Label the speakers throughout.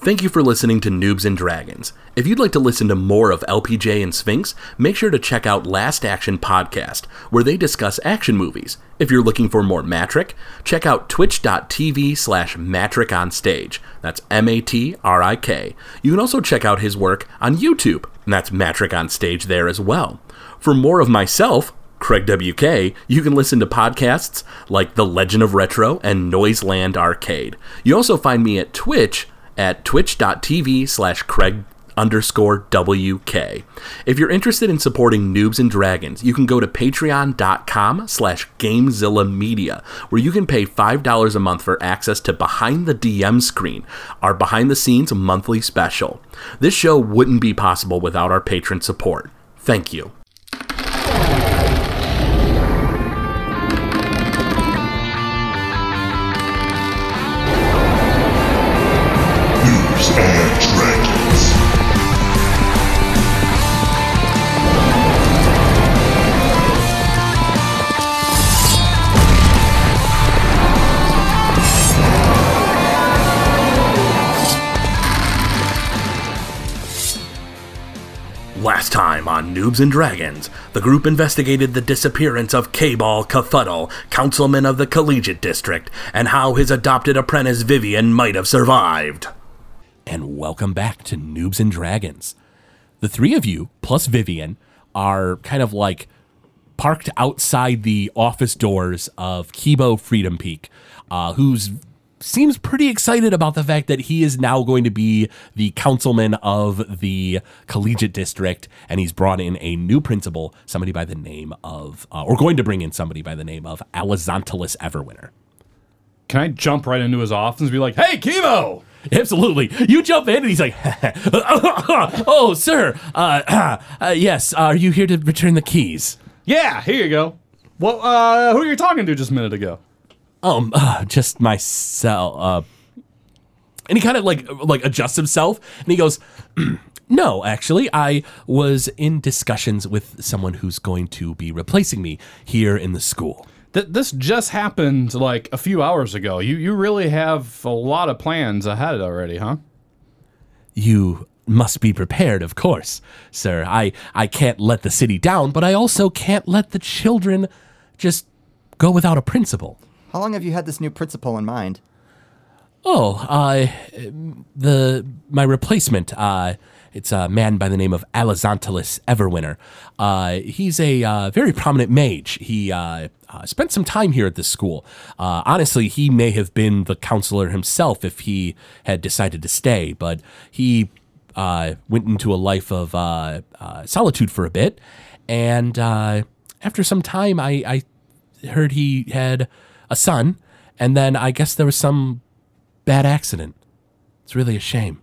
Speaker 1: Thank you for listening to Noobs and Dragons. If you'd like to listen to more of LPJ and Sphinx, make sure to check out Last Action Podcast, where they discuss action movies. If you're looking for more Matric, check out twitch.tv slash Matric on stage. That's M A T R I K. You can also check out his work on YouTube, and that's Matric on stage there as well. For more of myself, Craig WK, you can listen to podcasts like The Legend of Retro and Noiseland Arcade. You also find me at Twitch at twitch.tv slash Craig underscore WK. If you're interested in supporting Noobs and Dragons, you can go to patreon.com slash Gamezilla Media, where you can pay $5 a month for access to Behind the DM Screen, our behind-the-scenes monthly special. This show wouldn't be possible without our patron support. Thank you.
Speaker 2: Noobs and Dragons.
Speaker 1: Last time on Noobs and Dragons, the group investigated the disappearance of Cabal Cuthuddle, councilman of the Collegiate District, and how his adopted apprentice Vivian might have survived. And welcome back to Noobs and Dragons. The three of you, plus Vivian, are kind of like parked outside the office doors of Kibo Freedom Peak, uh, who's seems pretty excited about the fact that he is now going to be the councilman of the collegiate district, and he's brought in a new principal, somebody by the name of, uh, or going to bring in somebody by the name of Alizontalis Everwinter.
Speaker 3: Can I jump right into his office and be like, "Hey, Kivo,
Speaker 1: Absolutely. You jump in, and he's like, "Oh, sir, uh, uh, yes, are you here to return the keys?"
Speaker 3: yeah, here you go." Well, uh, who are you talking to just a minute ago?
Speaker 1: um uh, just myself uh and he kind of like like adjusts himself and he goes no actually i was in discussions with someone who's going to be replacing me here in the school
Speaker 3: Th- this just happened like a few hours ago. You you really have a lot of plans ahead already, huh?
Speaker 1: you must be prepared of course sir i i can't let the city down but i also can't let the children just go without a principal
Speaker 4: How long have you had this new principal in mind?
Speaker 1: Oh, uh, the my replacement. Uh, it's a man by the name of Alizontalis Everwinter. Uh, he's a uh, very prominent mage. He uh, uh, spent some time here at this school. Uh, honestly, he may have been the counselor himself if he had decided to stay, but he uh, went into a life of uh, uh, solitude for a bit. And uh, after some time, I, I heard he had a son. And then I guess there was some bad accident. It's really a shame.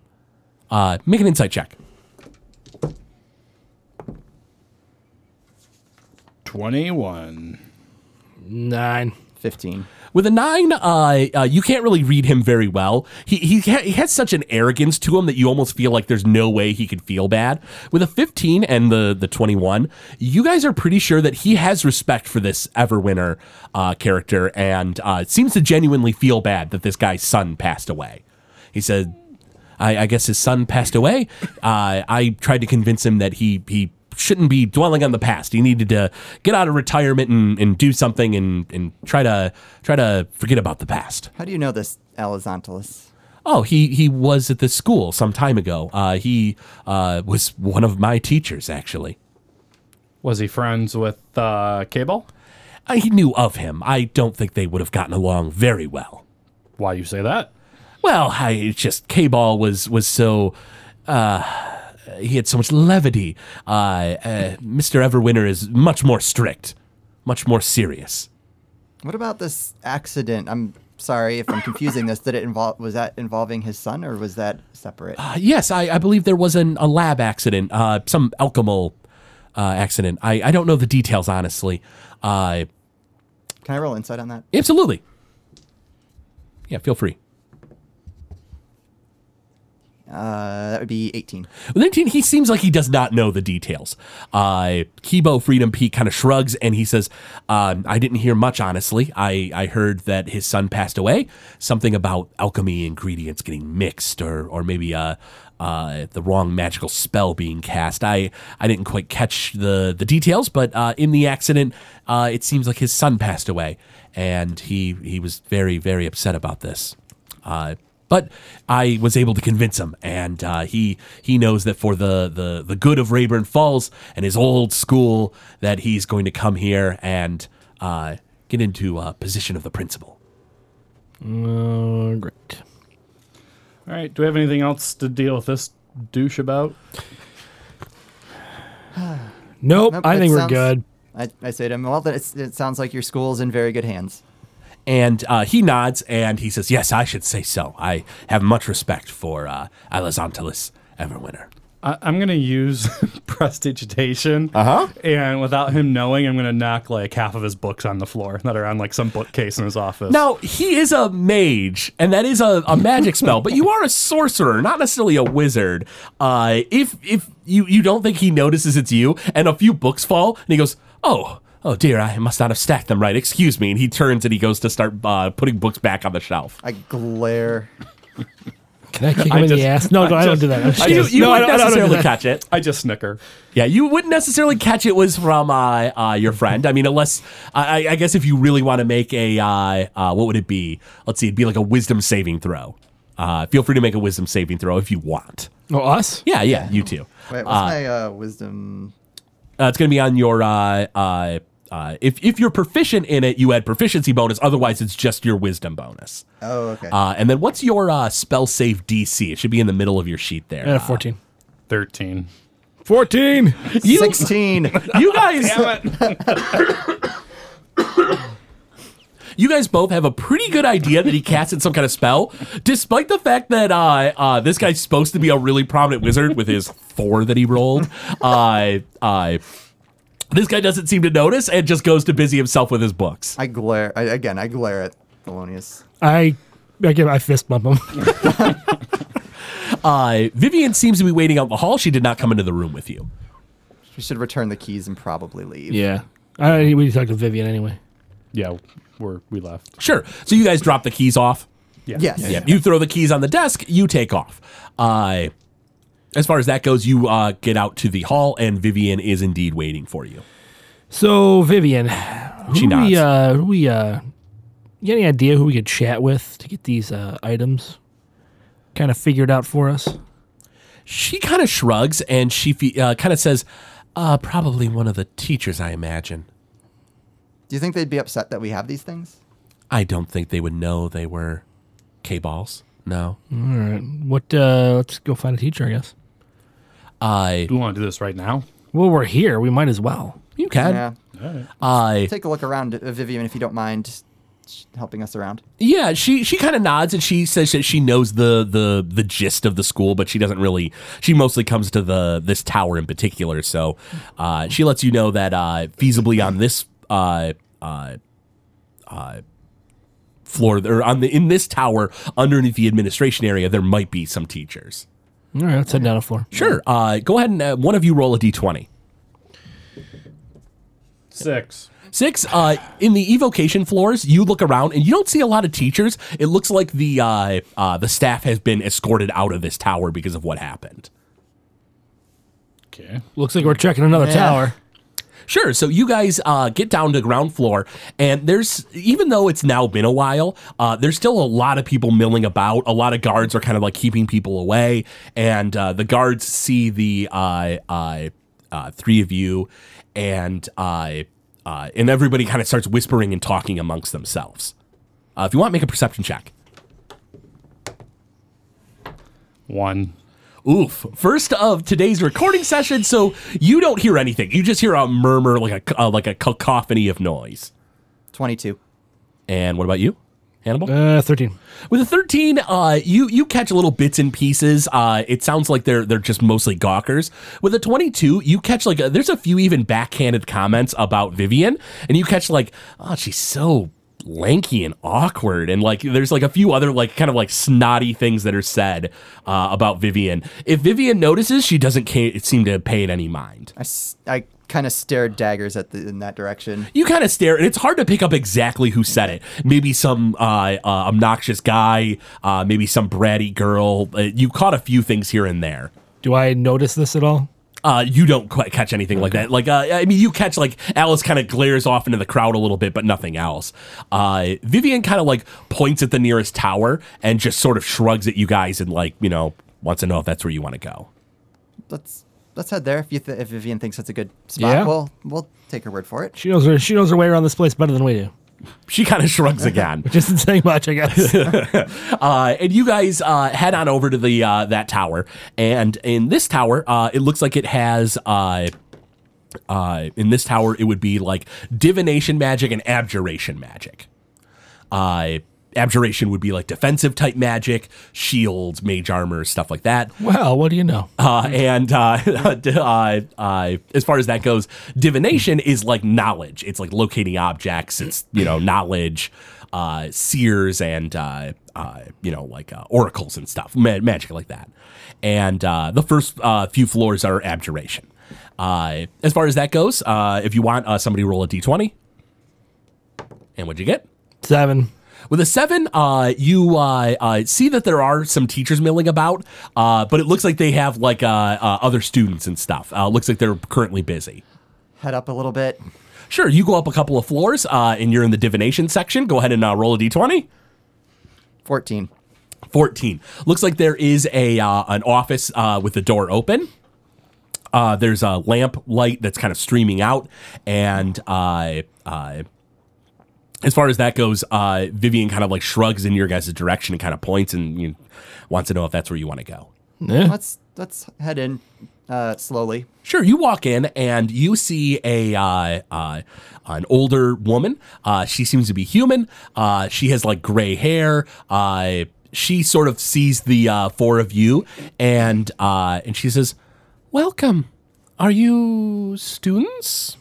Speaker 1: Uh, make an insight check.
Speaker 3: Twenty one.
Speaker 5: Nine.
Speaker 4: 15.
Speaker 1: With a nine, uh, uh, you can't really read him very well. He he, ha- he has such an arrogance to him that you almost feel like there's no way he could feel bad. With a fifteen and the the twenty one, you guys are pretty sure that he has respect for this Everwinter uh, character and uh, seems to genuinely feel bad that this guy's son passed away. He said, I, I guess his son passed away. Uh, I tried to convince him that he he shouldn't be dwelling on the past. He needed to get out of retirement and, and do something and, and try to try to forget about the past.
Speaker 4: How do you know this, Elizontalis?
Speaker 1: Oh, he he was at this school some time ago. Uh, he uh, was one of my teachers actually.
Speaker 3: Was he friends with uh, Cable?
Speaker 1: I knew of him. I don't think they would have gotten along very well.
Speaker 3: Why do you say that?
Speaker 1: Well, I it's just K-ball was was so uh, he had so much levity. Uh, uh, Mr. Everwinter is much more strict, much more serious.
Speaker 4: What about this accident? I'm sorry if I'm confusing this. Did it involve, was that involving his son or was that separate?
Speaker 1: Uh, yes, I, I believe there was an, a lab accident, uh, some alchemical uh, accident. I, I don't know the details honestly. Uh,
Speaker 4: Can I roll insight on that?
Speaker 1: absolutely. Yeah, feel free.
Speaker 4: Uh, that would be 18.
Speaker 1: With 19, he seems like he does not know the details. Uh, Kibo Freedom Pete kind of shrugs and he says, um, I didn't hear much, honestly. I, I heard that his son passed away. Something about alchemy ingredients getting mixed or, or maybe uh, uh, the wrong magical spell being cast. I, I didn't quite catch the, the details, but uh, in the accident, uh, it seems like his son passed away. And he, he was very, very upset about this. Uh, but I was able to convince him, and uh, he he knows that for the, the the good of Rayburn Falls and his old school, that he's going to come here and uh, get into a position of the principal.
Speaker 6: Uh, great.
Speaker 3: All right. Do we have anything else to deal with this douche about?
Speaker 6: Nope.
Speaker 4: Nope,
Speaker 6: I
Speaker 4: it
Speaker 6: think we're
Speaker 4: sounds-
Speaker 6: good.
Speaker 4: I, I say to him, well, then it's, it sounds like your school's in very good hands.
Speaker 1: And uh, he nods and he says, "Yes, I should say so. I have much respect for uh, Elizontalis Everwinter."
Speaker 3: I, I'm gonna use prestidigitation. Uh huh. And without him knowing, I'm gonna knock like half of his books on the floor that are on like some bookcase in his office.
Speaker 1: Now he is a mage, and that is a, a magic spell. But you are a sorcerer, not necessarily a wizard. Uh, if if you you don't think he notices it's you, and a few books fall, and he goes, "Oh, oh dear, I must not have stacked them right. Excuse me." And he turns and he goes to start uh, putting books back on the shelf.
Speaker 4: I glare.
Speaker 6: Can I kick him in the ass? No, no, I don't do that. I'm just
Speaker 1: You,
Speaker 6: kidding.
Speaker 1: you
Speaker 6: no, I
Speaker 1: wouldn't
Speaker 6: don't, I don't do
Speaker 1: necessarily
Speaker 6: that.
Speaker 1: catch it.
Speaker 3: I just snicker.
Speaker 1: Yeah, you wouldn't necessarily catch it was from uh, uh, your friend. I mean, unless I, I- I guess if you really want to make a uh, uh, what would it be? Let's see, it'd be like a wisdom saving throw. Uh, feel free to make a wisdom saving throw if you want.
Speaker 6: Oh, us?
Speaker 1: Yeah, yeah, you too.
Speaker 4: Wait,
Speaker 6: Ah.
Speaker 4: what's my uh, wisdom?
Speaker 1: Uh, it's gonna be on your uh, uh, uh, if if you're proficient in it, you add proficiency bonus. Otherwise, it's just your wisdom bonus.
Speaker 4: Oh, okay.
Speaker 1: Uh, and then what's your uh, spell save DC? It should be in the middle of your sheet there.
Speaker 6: Yeah, 14.
Speaker 3: Thirteen.
Speaker 6: 14!
Speaker 1: you-
Speaker 4: 16.
Speaker 1: you guys.
Speaker 3: Damn it.
Speaker 1: you guys both have a pretty good idea that he casted some kind of spell, despite the fact that uh, uh, this guy's supposed to be a really prominent wizard with his four that he rolled. Uh, uh, this guy doesn't seem to notice and just goes to busy himself with his books.
Speaker 4: I glare. I, again, I glare at Thelonious.
Speaker 6: I, I, give, I fist bump him.
Speaker 1: Uh, Vivian seems to be waiting out in the hall. She did not come into the room with you.
Speaker 4: We should return the keys and probably leave.
Speaker 6: yeah. I, we talked to Vivian anyway.
Speaker 3: yeah, we're we left.
Speaker 1: Sure. So you guys drop the keys off.
Speaker 3: Yeah.
Speaker 4: Yes.
Speaker 1: Yeah. You throw the keys on the desk. You take off. Uh, as far as that goes, you uh, get out to the hall, and Vivian is indeed waiting for you.
Speaker 6: So, Vivian, who
Speaker 1: She nods.
Speaker 6: we, uh, who we, uh, you got any idea who we could chat with to get these uh, items kind of figured out for us?
Speaker 1: she kind of shrugs and she fe- uh, kind of says, uh, probably one of the teachers, I imagine.
Speaker 4: Do you think they'd be upset that we have these things?
Speaker 1: I don't think they would know they were K balls. No.
Speaker 6: All right. What, uh, let's go find a teacher, I guess.
Speaker 1: I.
Speaker 3: Do we want to do this right now?
Speaker 6: Well, we're here. We might as well.
Speaker 1: you can.
Speaker 4: Yeah.
Speaker 1: I.
Speaker 4: Take a look around, uh, Vivian, if you don't mind just helping us around.
Speaker 1: Yeah, she she kind of nods and she says that she knows the the the gist of the school, but she doesn't really. She mostly comes to the this tower in particular, so uh, she lets you know that uh, feasibly on this uh, uh, uh, floor or on the in this tower underneath the administration area, there might be some teachers.
Speaker 6: All right, let's head down the floor.
Speaker 1: Sure, uh, go ahead and uh, one of you roll a d twenty.
Speaker 3: Six.
Speaker 1: Six, uh, in the evocation floors, you look around and you don't see a lot of teachers. It looks like the uh, uh, the staff has been escorted out of this tower because of what happened.
Speaker 3: Okay.
Speaker 6: Looks like we're checking another
Speaker 4: Yeah.
Speaker 6: tower.
Speaker 1: Sure. So you guys uh, get down to ground floor, and there's even though it's now been a while, uh, there's still a lot of people milling about. A lot of guards are kind of like keeping people away, and uh, the guards see the uh, uh, uh, three of you, and uh, uh, and everybody kind of starts whispering and talking amongst themselves. Uh, if you want, make a perception check.
Speaker 3: One.
Speaker 1: Oof. First of today's recording session, so you don't hear anything. You just hear a murmur, like a uh, like a cacophony of noise.
Speaker 4: 22.
Speaker 1: And what about you, Hannibal?
Speaker 6: Uh, 13.
Speaker 1: With a thirteen, uh, you you catch little bits and pieces. Uh, it sounds like they're they're just mostly gawkers. With a twenty-two, you catch like uh, a, there's a few even backhanded comments about Vivian, and you catch like, oh, she's so lanky and awkward and like there's like a few other like kind of like snotty things that are said uh, about Vivian. If Vivian notices, she doesn't ca- seem to pay it any mind.
Speaker 4: I, s- I kind of stared daggers at the in that direction.
Speaker 1: You kind of stare, and it's hard to pick up exactly who said it. Maybe some uh, uh, obnoxious guy, uh, maybe some bratty girl. Uh, you caught a few things here and there.
Speaker 6: Do I notice this at all?
Speaker 1: Uh, you don't quite catch anything like that. Like, uh, I mean, you catch like Alice kind of glares off into the crowd a little bit, but nothing else. Uh, Vivian kind of like points at the nearest tower and just sort of shrugs at you guys and like, you know, wants to know if that's where you want to go.
Speaker 4: Let's let's head there. If you th- if Vivian thinks that's a good spot,
Speaker 6: Yeah.
Speaker 4: we'll we'll take her word for it.
Speaker 6: She knows her. She knows her way around this place better than we do.
Speaker 1: She kind of shrugs again.
Speaker 6: Just in saying much, I guess.
Speaker 1: Uh, and you guys uh, head on over to the uh, that tower, and in this tower, uh, it looks like it has. Uh, uh, in this tower, it would be like divination magic and abjuration magic. Uh, abjuration would be like defensive type magic, shields, mage armor, stuff like that.
Speaker 6: well, what do you know?
Speaker 1: Uh, and uh, uh, uh, as far as that goes, divination is like knowledge. It's like locating objects. It's you know knowledge, uh, seers, and uh, uh, you know like uh, oracles and stuff, ma- magic like that. And uh, the first uh, few floors are abjuration. Uh, as far as that goes, uh, if you want, uh, somebody roll a d20. And what'd you get?
Speaker 6: Seven.
Speaker 1: With a seven, uh, you uh, uh, see that there are some teachers milling about, uh, but it looks like they have like uh, uh, other students and stuff. Uh, looks like they're currently busy.
Speaker 4: Head up a little bit.
Speaker 1: Sure, you go up a couple of floors uh, and you're in the divination section. Go ahead and uh, roll a d20.
Speaker 4: Fourteen.
Speaker 1: 14. Looks like there is a uh, an office uh, with the door open. Uh, there's a lamp light that's kind of streaming out, and uh, uh, as far as that goes, uh, Vivian kind of like shrugs in your guys' direction and kind of points and you know, wants to know if that's where you want to go.
Speaker 6: Yeah.
Speaker 4: Let's let's head in uh, slowly.
Speaker 1: Sure, you walk in and you see a uh, uh, an older woman. Uh, she seems to be human. Uh, she has like gray hair. Uh, she sort of sees the uh, four of you and uh, and she says, "Welcome. Are you students?"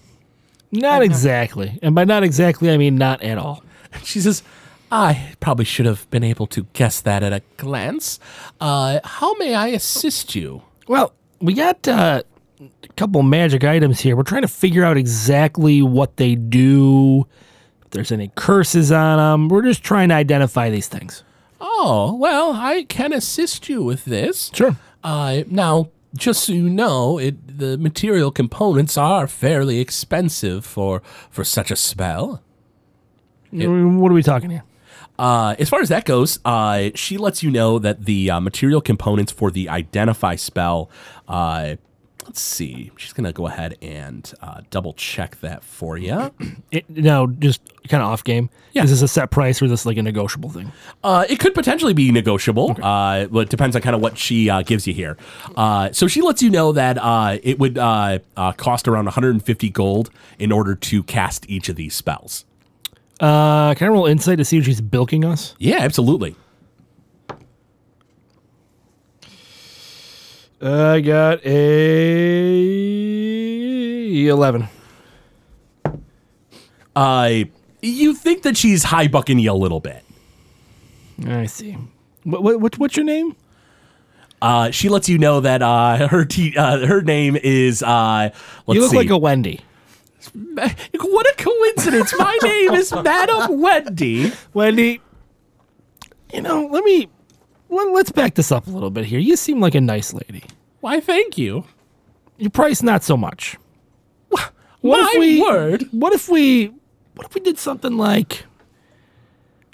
Speaker 6: Not exactly. And by not exactly, I mean not at all.
Speaker 1: She says, "I probably should have been able to guess that at a glance. Uh, how may I assist you?"
Speaker 6: Well, we got uh, a couple magic items here. We're trying to figure out exactly what they do. If there's any curses on them, we're just trying to identify these things.
Speaker 1: Oh, well, I can assist you with this.
Speaker 6: Sure.
Speaker 1: Uh, now, just so you know, it, the material components are fairly expensive for, for such a spell.
Speaker 6: what are we talking here?
Speaker 1: Uh, as far as that goes, uh, she lets you know that the uh, material components for the identify spell. Uh, let's see. She's going to go ahead and uh, double check that for you.
Speaker 6: It, no, just kind of off game.
Speaker 1: Yeah.
Speaker 6: Is this a set price or is this like a negotiable thing?
Speaker 1: Uh, it could potentially be negotiable. Uh, well, it depends on kind of what she uh, gives you here. Uh, so she lets you know that uh, it would uh, uh, cost around 150 gold in order to cast each of these spells.
Speaker 6: Uh, can I roll insight to see if she's bilking us?
Speaker 1: Yeah, absolutely.
Speaker 6: I got a eleven.
Speaker 1: Uh, you think that she's high bucking you a little bit.
Speaker 6: I see. What, what, what what's your name?
Speaker 1: Uh, she lets you know that uh, her te- uh, her name is. Uh, let's
Speaker 6: you look
Speaker 1: see.
Speaker 6: like a Wendy.
Speaker 1: what a coincidence! My name is Madame Wendy.
Speaker 6: Wendy, you know, let me let, let's back this up a little bit here. You seem like a nice lady.
Speaker 1: Why, thank you.
Speaker 6: Your price not so much.
Speaker 1: My word.
Speaker 6: What if we what if we did something like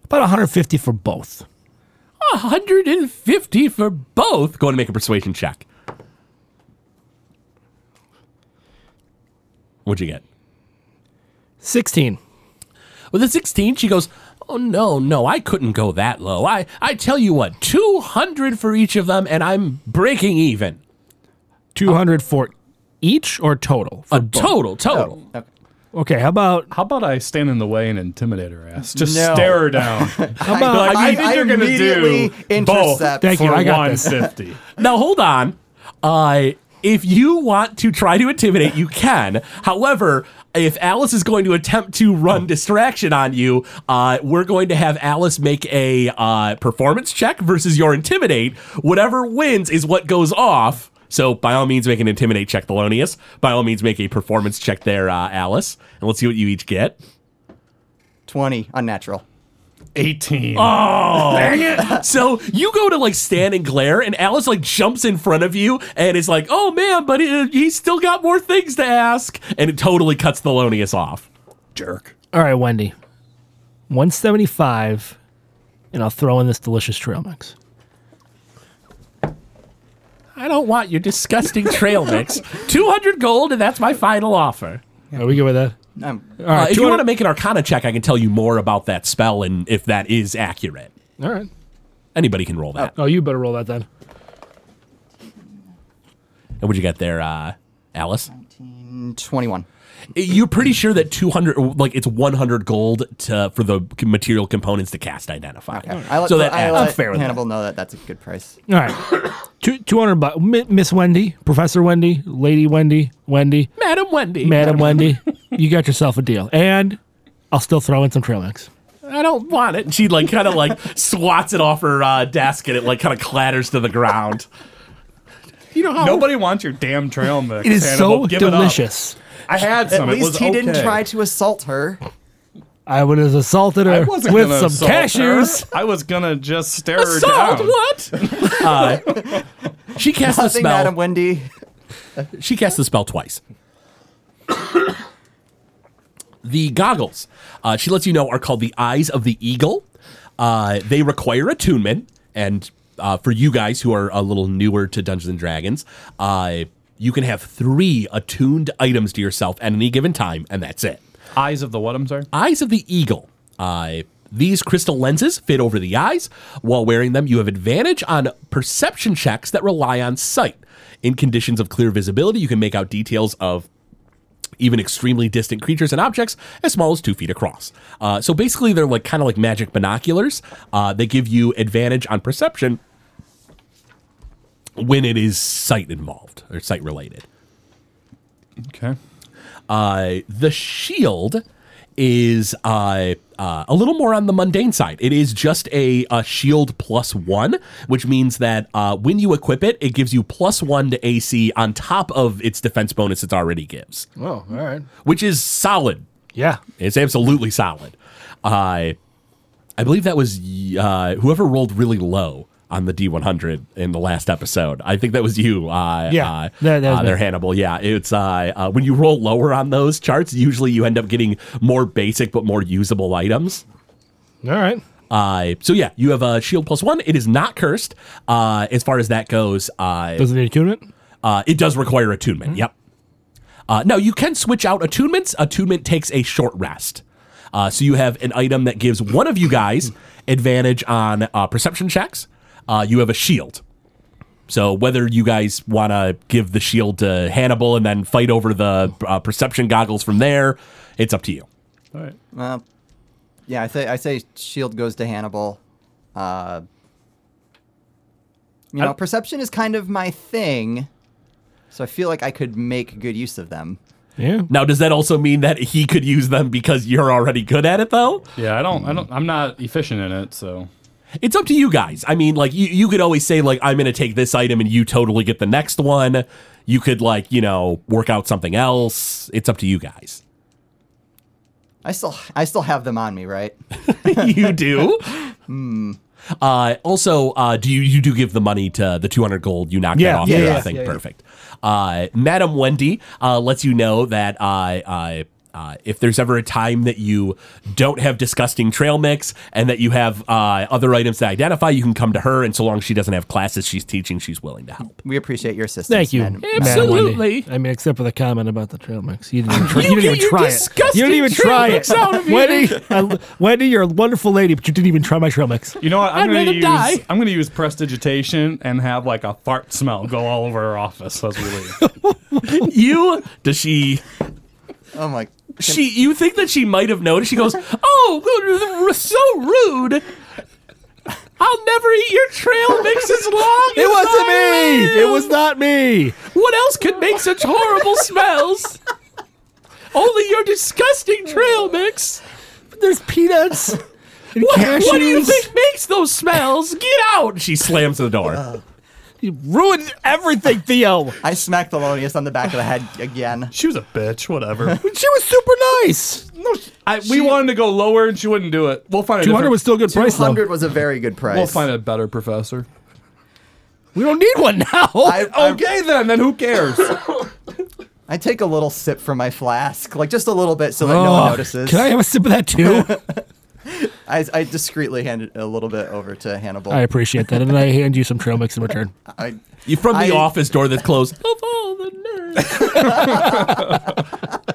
Speaker 6: about 150 for both?
Speaker 1: 150 for both. Go and make a persuasion check. What'd you get?
Speaker 6: 16.
Speaker 1: With a 16, she goes, Oh, no, no, I couldn't go that low. I, I tell you what, 200 for each of them, and I'm breaking even.
Speaker 6: 200 for each or total? For
Speaker 1: A
Speaker 6: both?
Speaker 1: total, total.
Speaker 4: Okay.
Speaker 6: Okay, how about
Speaker 3: How about I stand in the way and intimidate her ass? Just
Speaker 4: No.
Speaker 3: stare her down.
Speaker 6: how about
Speaker 3: Like,
Speaker 4: I-
Speaker 3: you think
Speaker 4: I
Speaker 3: you're gonna do
Speaker 4: immediately
Speaker 3: both
Speaker 4: intercept.
Speaker 6: Thank you,
Speaker 3: for
Speaker 6: I got this.
Speaker 3: 150.
Speaker 1: Now, hold on. Uh, if you want to try to intimidate, you can. However, if Alice is going to attempt to run distraction on you, uh, we're going to have Alice make a uh, performance check versus your intimidate. Whatever wins is what goes off. So by all means, make an intimidate check, Thelonious. By all means, make a performance check there, uh, Alice, and let's see what you each get.
Speaker 4: 20, unnatural.
Speaker 3: 18.
Speaker 6: Oh.
Speaker 1: So you go to like stand and glare, and Alice like jumps in front of you and is like, "Oh man, but he- he's still got more things to ask," and it totally cuts Thelonious off. Jerk.
Speaker 6: All right, Wendy. 175, and I'll throw in this delicious trail mix.
Speaker 1: I don't want your disgusting trail mix. Two hundred gold, and that's my final offer.
Speaker 6: Are we good with that?
Speaker 4: Um,
Speaker 6: All right,
Speaker 1: Uh, if you
Speaker 6: 200
Speaker 1: want to make an Arcana check, I can tell you more about that spell and if that is accurate.
Speaker 6: All right.
Speaker 1: Anybody can roll that.
Speaker 6: Oh, you better roll that then.
Speaker 1: And what'd you get there, uh, Alice?
Speaker 4: 21.
Speaker 1: You're pretty sure that 200, or, like it's 100 gold to for the c- material components to cast identify.
Speaker 4: I let,
Speaker 1: so that
Speaker 4: I
Speaker 1: adds-
Speaker 4: let
Speaker 1: I'm fair with
Speaker 4: Hannibal know that that's a good price.
Speaker 6: All right. Two, 200 bucks. Miss Wendy, Professor Wendy, Lady Wendy, Wendy,
Speaker 1: that. Madam Wendy.
Speaker 6: Madam Wendy, you got yourself a deal. And I'll still throw in some trail mix.
Speaker 1: I don't want it. And she like kind of like swats it off her uh, desk and it like kind of clatters to the ground. You know how
Speaker 3: Nobody wants your damn trail mix.
Speaker 6: It is
Speaker 3: Hannibal.
Speaker 6: so
Speaker 3: Give it up.
Speaker 6: delicious.
Speaker 3: I had
Speaker 4: At
Speaker 3: some. it
Speaker 4: least
Speaker 3: was
Speaker 4: he didn't
Speaker 3: okay.
Speaker 4: try to assault her.
Speaker 6: I would have assaulted
Speaker 3: I
Speaker 6: her with
Speaker 3: wasn't gonna
Speaker 6: some
Speaker 3: assault her.
Speaker 6: cashews.
Speaker 3: I was gonna just stare
Speaker 1: Assault
Speaker 3: her down.
Speaker 1: what? Uh, she casts the
Speaker 4: Nothing,
Speaker 1: spell.
Speaker 4: Madam Wendy.
Speaker 1: She casts the spell twice. the goggles, uh, she lets you know, are called the Eyes of the Eagle. Uh, they require attunement, and uh, for you guys who are a little newer to Dungeons and Dragons, uh, you can have three attuned items to yourself at any given time, and that's it.
Speaker 3: Eyes of the what? I'm sorry.
Speaker 1: Eyes of the Eagle. Uh, these crystal lenses fit over the eyes. While wearing them, you have advantage on perception checks that rely on sight. In conditions of clear visibility, you can make out details of even extremely distant creatures and objects as small as two feet across. Uh, so basically, they're like kind of like magic binoculars. Uh, they give you advantage on perception when it is sight involved or sight related.
Speaker 3: Okay.
Speaker 1: Uh, the shield is uh, uh, a little more on the mundane side. It is just a, a shield plus one, which means that uh, when you equip it, it gives you plus one to AC on top of its defense bonus it already gives,
Speaker 6: Oh, all right.
Speaker 1: which is solid.
Speaker 6: Yeah.
Speaker 1: It's absolutely solid. Uh, I believe that was uh, whoever rolled really low on the D100 in the last episode. I think that was you. Uh,
Speaker 6: Yeah,
Speaker 1: uh,
Speaker 6: that- that was
Speaker 1: uh, there,
Speaker 6: me.
Speaker 1: Hannibal. Yeah, it's uh, uh, when you roll lower on those charts, usually you end up getting more basic but more usable items.
Speaker 6: All right.
Speaker 1: Uh, so yeah, you have a shield plus one. It is not cursed. Uh, as far as that goes, uh,
Speaker 6: Does it need attunement?
Speaker 1: uh, it does require attunement. Yep. Uh, now you can switch out attunements. Attunement takes a short rest. Uh, so you have an item that gives one of you guys advantage on uh, perception checks. Uh, you have a shield. So whether you guys want to give the shield to Hannibal and then fight over the uh, perception goggles from there, it's up to you.
Speaker 3: All right.
Speaker 4: Uh, yeah, I say I say shield goes to Hannibal. Uh, you know, perception is kind of my thing, so I feel like I could make good use of them.
Speaker 6: Yeah.
Speaker 1: Now, does that also mean that he could use them because you're already good at it, though?
Speaker 3: Yeah. I don't. I don't. I'm not efficient in it. So.
Speaker 1: It's up to you guys. I mean, like you, you could always say like I'm going to take this item and you totally get the next one. You could like you know work out something else. It's up to you guys.
Speaker 4: I still I still have them on me, right?
Speaker 1: you do.
Speaker 6: Hmm.
Speaker 1: Uh, also, uh, do you you do give the money to the 200 gold you knocked that
Speaker 6: Yeah,
Speaker 1: off?
Speaker 6: yeah,
Speaker 1: there,
Speaker 6: yeah,
Speaker 1: I think
Speaker 6: yeah, yeah.
Speaker 1: perfect. Uh, Madam Wendy uh, lets you know that uh, uh, uh, if there's ever a time that you don't have disgusting trail mix and that you have uh, other items to identify, you can come to her. And so long as she doesn't have classes she's teaching, she's willing to help.
Speaker 4: We appreciate your assistance.
Speaker 6: Thank you.
Speaker 4: Madam-
Speaker 6: Madam
Speaker 1: Absolutely.
Speaker 6: Wendy. I mean, except for the comment about the trail mix. You didn't even try, you
Speaker 1: You
Speaker 6: didn't
Speaker 1: get
Speaker 6: even
Speaker 1: your
Speaker 6: try it.
Speaker 1: disgusting
Speaker 6: You didn't even
Speaker 1: trail
Speaker 6: try
Speaker 1: mix
Speaker 6: it.
Speaker 1: out of here.
Speaker 6: Wendy, I, Wendy, you're a wonderful lady, but you didn't even try my trail mix.
Speaker 3: You know what? I'm
Speaker 1: I'd
Speaker 3: gonna
Speaker 1: rather
Speaker 3: use.
Speaker 1: die.
Speaker 3: I'm gonna use prestidigitation and have like a fart smell go all over her office as we leave.
Speaker 1: you does she
Speaker 4: Oh my.
Speaker 1: she you think that she might have noticed she goes oh so rude i'll never eat your trail mix as long
Speaker 6: It wasn't me. It was not me.
Speaker 1: what else could make such horrible smells Only your disgusting trail mix.
Speaker 6: There's peanuts and
Speaker 1: What,
Speaker 6: cashews.
Speaker 1: what do you think makes those smells? Get out! She slams the door.
Speaker 6: You ruined everything, Theo.
Speaker 4: I smacked Thelonious on the back of the head again.
Speaker 3: She was a bitch. Whatever.
Speaker 6: She was super nice.
Speaker 3: no, I, we wanted to go lower, and she wouldn't do it. We'll find a
Speaker 6: Two hundred
Speaker 3: different-
Speaker 6: was still a good price though.
Speaker 4: 200 was a very good price.
Speaker 3: We'll find a better professor.
Speaker 6: We don't need one now.
Speaker 4: I, I-
Speaker 3: Okay, then. Then who cares?
Speaker 4: I take a little sip from my flask, like just a little bit, so that no one
Speaker 6: Oh,
Speaker 4: notices.
Speaker 6: Can I have a sip of that too?
Speaker 4: I, I discreetly handed a little bit over to Hannibal.
Speaker 6: I appreciate that, and I hand you some trail mix in return.
Speaker 4: I,
Speaker 1: You from the
Speaker 4: I-
Speaker 1: office door that's closed. Of all the nerds.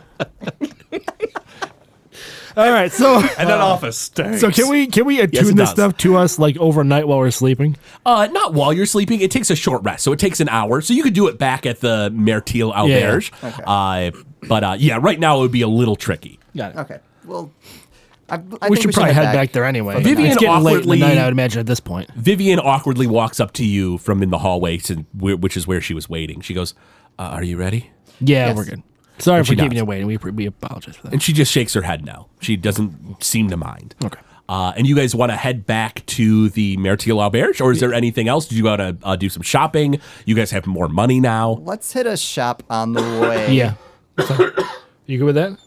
Speaker 6: All right, so
Speaker 3: and that office stinks.
Speaker 6: so can we can we attune
Speaker 1: it
Speaker 6: this
Speaker 1: does.
Speaker 6: stuff to us like overnight while we're sleeping?
Speaker 1: Uh, not while you're sleeping. It takes a short rest, so it takes an hour. So you could do it back at the Mertil Auberge. Uh, but uh, yeah, right now it would be a little tricky.
Speaker 6: Got it.
Speaker 4: okay. Well, I, I think
Speaker 6: We should probably head back, there
Speaker 4: for
Speaker 6: anyway.
Speaker 4: the
Speaker 1: Vivian
Speaker 6: it's getting late in the
Speaker 1: awkwardly-
Speaker 6: night, I would imagine at this point.
Speaker 1: Vivian awkwardly walks up to you from in the hallway, to, where- which is where she was waiting. She goes, uh, "Are you ready?"
Speaker 6: Yeah,
Speaker 4: Yes.
Speaker 6: we're good. Sorry for
Speaker 1: she
Speaker 6: keeping
Speaker 1: nods.
Speaker 6: you waiting. We we apologize for that.
Speaker 1: And she just shakes her head no. She doesn't seem to mind.
Speaker 6: Okay.
Speaker 1: Uh, and you guys want to head back to the Mertil Auberge, or is there anything else? Did you want to uh, do some shopping? You guys have more money now.
Speaker 4: Let's hit a shop on the way.
Speaker 6: Yeah. you good with that,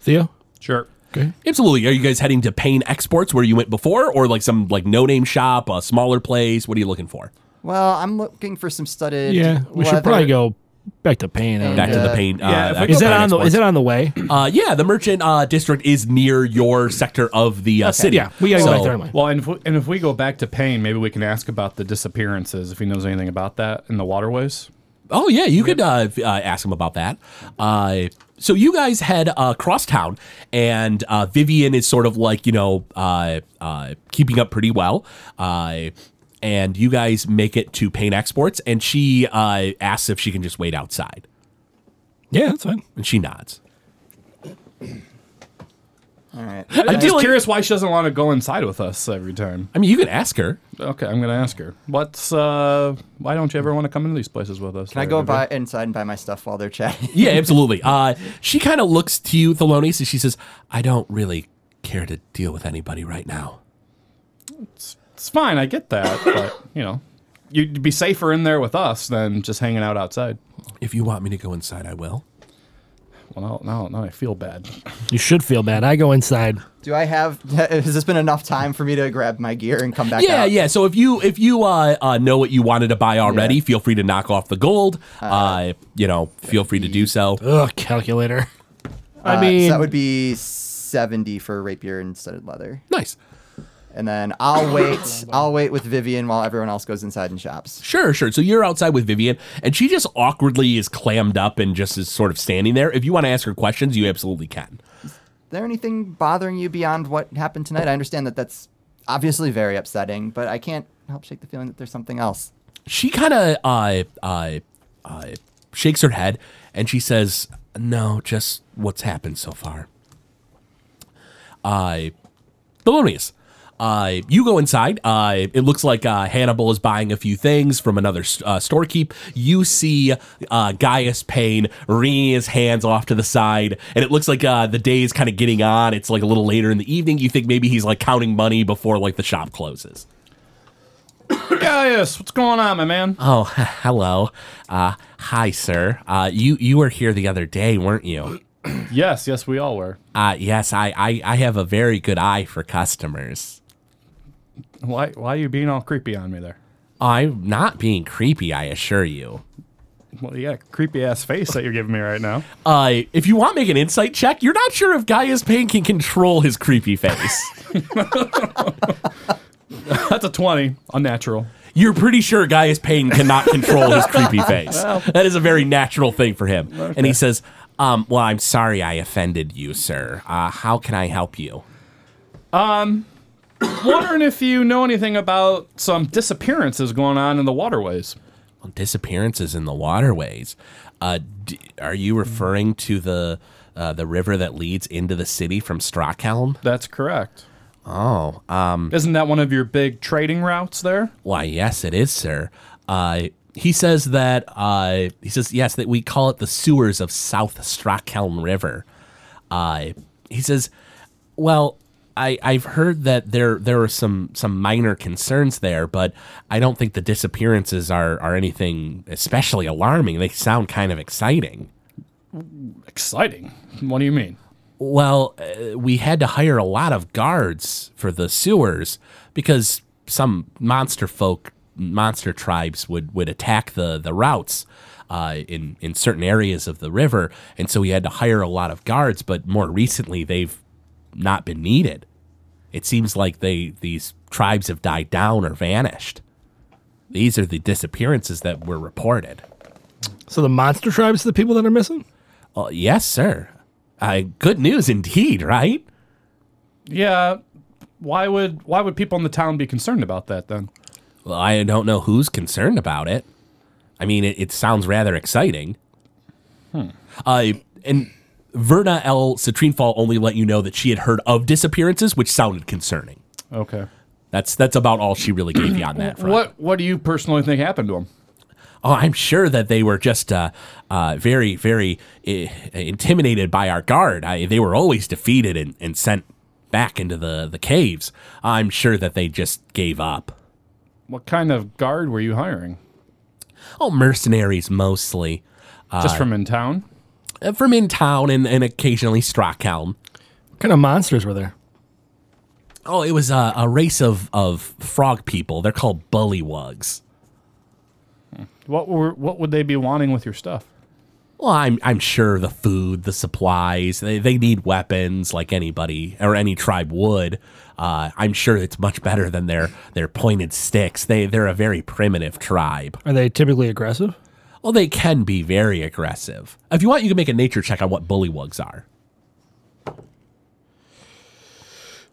Speaker 6: Theo?
Speaker 3: Sure.
Speaker 6: Okay.
Speaker 1: Absolutely. Are you guys heading to Payne Exports where you went before, or like some like no name shop, a smaller place? What are you looking for?
Speaker 4: Well, I'm looking for some studded.
Speaker 6: Yeah, we
Speaker 4: leather.
Speaker 6: should probably go back to Payne. I would
Speaker 1: Back
Speaker 6: imagine.
Speaker 1: to the
Speaker 4: Uh,
Speaker 1: Payne. Uh,
Speaker 3: yeah, if we
Speaker 1: Ex-
Speaker 6: Is that
Speaker 1: Payne
Speaker 6: on the
Speaker 1: Exports.
Speaker 6: is it on the way?
Speaker 1: Uh, yeah, the merchant uh, district is near your sector of the uh, city.
Speaker 6: Yeah, we gotta go
Speaker 1: So-
Speaker 6: back there anyway.
Speaker 3: Well, and if, we, and if we go back to Payne, maybe we can ask about the disappearances if he knows anything about that in the waterways.
Speaker 1: Oh yeah, you could uh, f- uh, ask him about that. Uh, so you guys head uh, across town, and uh, Vivian is sort of like you know uh, uh, keeping up pretty well. Uh, and you guys make it to Payne Exports, and she uh, asks if she can just wait outside,
Speaker 6: Yeah, that's fine.
Speaker 1: and she nods.
Speaker 4: All right.
Speaker 3: I'm
Speaker 1: feel
Speaker 3: just
Speaker 1: like-
Speaker 3: curious why she doesn't want to go inside with us every time.
Speaker 1: I mean, you can ask her.
Speaker 3: Okay, I'm gonna ask her. What's uh? Why don't you ever want to come into these places with us?
Speaker 4: Can I go by inside and buy my stuff while they're chatting?
Speaker 1: Yeah, absolutely. Uh, she kind of looks to you, Thelonious, and she says, "I don't really care to deal with anybody right now."
Speaker 3: It's fine. I get that, but you know, you'd be safer in there with us than just hanging out outside.
Speaker 1: If you want me to go inside, I will.
Speaker 3: Well, now, now, now I feel bad.
Speaker 6: You should feel bad. I go inside.
Speaker 4: Do I have? Has this been enough time for me to grab my gear and come back?
Speaker 1: yeah
Speaker 4: out?
Speaker 1: yeah so if you if you uh, uh know what you wanted to buy already
Speaker 4: Yeah.
Speaker 1: feel free to knock off the gold uh, you know feel free to do so
Speaker 6: Ugh, calculator. I
Speaker 4: Uh,
Speaker 6: mean,
Speaker 4: so that would be seventy for rapier and studded leather,
Speaker 1: nice
Speaker 4: and then I'll wait. I'll wait with Vivian while everyone else goes inside and shops.
Speaker 1: sure sure so you're outside with vivian and she just awkwardly is clammed up and just is sort of standing there if you want to ask her questions you absolutely can
Speaker 4: Is there anything bothering you beyond what happened tonight? I understand that that's obviously very upsetting, but I can't help shake the feeling that there's something else.
Speaker 1: she kind of uh, uh, uh, shakes her head and she says no just what's happened so far uh, Thelonious. Uh, you go inside. Uh, it looks like uh, Hannibal is buying a few things from another uh, storekeep. You see uh, Gaius Payne wringing his hands off to the side, and it looks like uh, the day is kind of getting on. It's like a little later in the evening. You think maybe he's like counting money before like the shop closes.
Speaker 3: Gaius, what's going on, my man?
Speaker 1: Oh, hello. Uh, hi, sir. Uh, you you were here the other day, weren't you?
Speaker 3: yes, yes, we all were.
Speaker 1: Uh, yes, I, I I have a very good eye for customers.
Speaker 3: Why, why are you being all creepy on me there?
Speaker 1: I'm not being creepy, I assure you.
Speaker 3: Well, you got a creepy ass face that you're giving me right now.
Speaker 1: Uh, if you want, make an insight check. You're not sure if Gaius Payne can control his creepy face.
Speaker 3: That's a twenty, unnatural.
Speaker 1: You're pretty sure Gaius Payne cannot control his creepy face. That is a very natural thing for him. And he says, um, "Well, I'm sorry I offended you, sir. Uh, how can I help you?"
Speaker 3: Wondering if you know anything about some disappearances going on in the waterways.
Speaker 1: Well, disappearances in the waterways. Uh, d- are you referring to the uh, the river that leads into the city from Strackhelm?
Speaker 3: That's correct.
Speaker 1: Oh, um,
Speaker 3: Isn't that one of your big trading routes there?
Speaker 1: why, yes, it is, sir. Uh, he says that uh, he says yes that we call it the sewers of South Strackhelm River. Uh, he says, "Well, I, I've heard that there there are some some minor concerns there, but I don't think the disappearances are are anything especially alarming. They sound kind of exciting."
Speaker 3: Exciting. What do you mean?
Speaker 1: Well, uh, we had to hire a lot of guards for the sewers because some monster folk, monster tribes would, would attack the, the routes uh, in, in certain areas of the river. And so we had to hire a lot of guards, but more recently they've not been needed. It seems like they these tribes have died down or vanished. These are the disappearances that were reported.
Speaker 6: So the monster tribes are the people that are missing?
Speaker 1: Uh, yes, sir. Uh, good news indeed, right?
Speaker 3: Yeah. Why would why would people in the town be concerned about that then?
Speaker 1: Well, I don't know who's concerned about it. I mean, it, it sounds rather exciting. Uh, and Verna L. Citrinefall only let you know that she had heard of disappearances, which sounded concerning.
Speaker 3: Okay.
Speaker 1: That's that's about all she really gave you on that front.
Speaker 3: What what do you personally think happened to him?
Speaker 1: Oh, I'm sure that they were just uh, uh, very, very uh, intimidated by our guard. I, they were always defeated and, and sent back into the, the caves. I'm sure that they just gave up.
Speaker 3: What kind of guard were you hiring?
Speaker 1: Oh, mercenaries mostly.
Speaker 3: Just from in town?
Speaker 1: Uh, from in town and, and occasionally Stockholm.
Speaker 6: What kind of monsters were there?
Speaker 1: Oh, it was a, a race of, of frog people. They're called bullywugs.
Speaker 3: What were what would they be wanting with your stuff?
Speaker 1: Well, I'm I'm sure the food, the supplies, they, they need weapons like anybody or any tribe would. Uh, I'm sure it's much better than their their pointed sticks. They they're a very primitive tribe.
Speaker 6: Are they typically aggressive?
Speaker 1: Well, they can be very aggressive. If you want, you can make a nature check on what bullywugs are.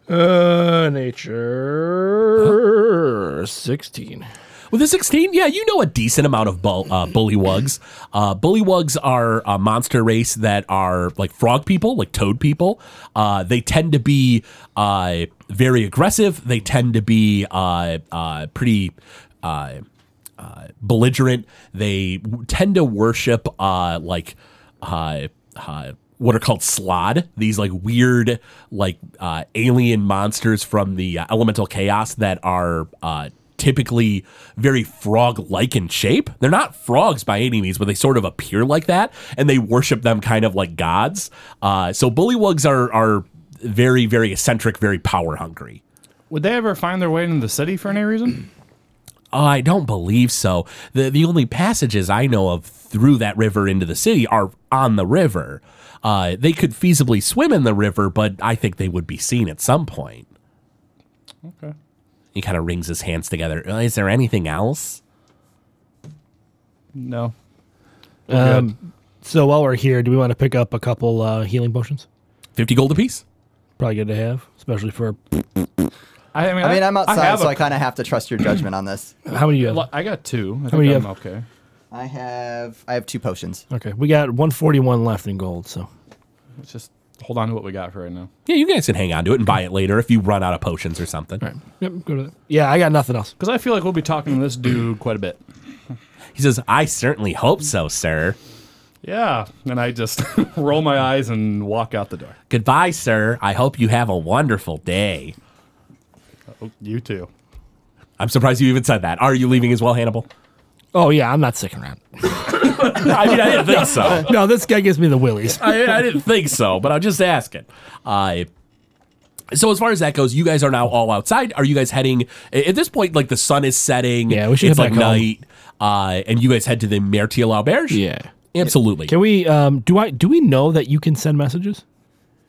Speaker 6: Uh, nature 16.
Speaker 1: With a 16, yeah, you know a decent amount of bull, uh, bullywugs. Uh, bullywugs are a monster race that are like frog people, like toad people. Uh, they tend to be uh, very aggressive. They tend to be uh, uh, pretty uh, uh, belligerent. They w- tend to worship uh, like uh, uh, what are called slod. These like weird like uh, alien monsters from the uh, elemental chaos that are uh, typically very frog-like in shape. They're not frogs by any means, but they sort of appear like that, and they worship them kind of like gods. Uh, so bullywugs are are very very eccentric, very power hungry.
Speaker 3: Would they ever find their way into the city for any reason?
Speaker 1: I don't believe so. The the only passages I know of through that river into the city are on the river. Uh, they could feasibly swim in the river, but I think they would be seen at some point.
Speaker 3: Okay.
Speaker 1: He kind of wrings his hands together. "Uh, Is there anything else?
Speaker 3: No.
Speaker 6: Um, so while we're here, do we want to pick up a couple uh, healing potions?
Speaker 1: 50 gold apiece?
Speaker 6: Probably good to have, especially for
Speaker 3: I, mean,
Speaker 4: I mean, I'm outside,
Speaker 3: have
Speaker 4: so
Speaker 3: a-
Speaker 4: I kind of have to trust your judgment on this.
Speaker 6: how many do you have?
Speaker 3: Well, I got two. I
Speaker 6: many
Speaker 3: think
Speaker 6: you
Speaker 3: I'm
Speaker 6: have?
Speaker 3: okay.
Speaker 4: I have I have two potions.
Speaker 6: Okay, we got 141 left in gold. So
Speaker 3: Let's just hold on to what we got for right now.
Speaker 1: Yeah, you guys can hang on to it and buy it later if you run out of potions or something.
Speaker 6: yep, go to that. Yeah, I got nothing else.
Speaker 3: Because I feel like we'll be talking to this dude quite a bit.
Speaker 1: He says, I certainly hope so, sir.
Speaker 3: Yeah. And I just roll my eyes and walk out the door.
Speaker 1: Goodbye, sir. I hope you have a wonderful day.
Speaker 3: Oh, you too.
Speaker 1: I'm surprised you even said that. Are you leaving as well, Hannibal?
Speaker 6: Oh yeah, I'm not sticking around.
Speaker 1: I mean, I didn't think so.
Speaker 6: no, this guy gives me the willies.
Speaker 1: I, mean, I didn't think so, but I'm just asking. Uh, so as far as that goes, you guys are now all outside. Are you guys heading at this point? Like the sun is setting.
Speaker 6: Yeah, we should
Speaker 1: It's
Speaker 6: head
Speaker 1: like
Speaker 6: back home.
Speaker 1: night, uh, and you guys head to the Mertiel Auberge. absolutely.
Speaker 6: Can we? Um, do I? Do we know that you can send messages?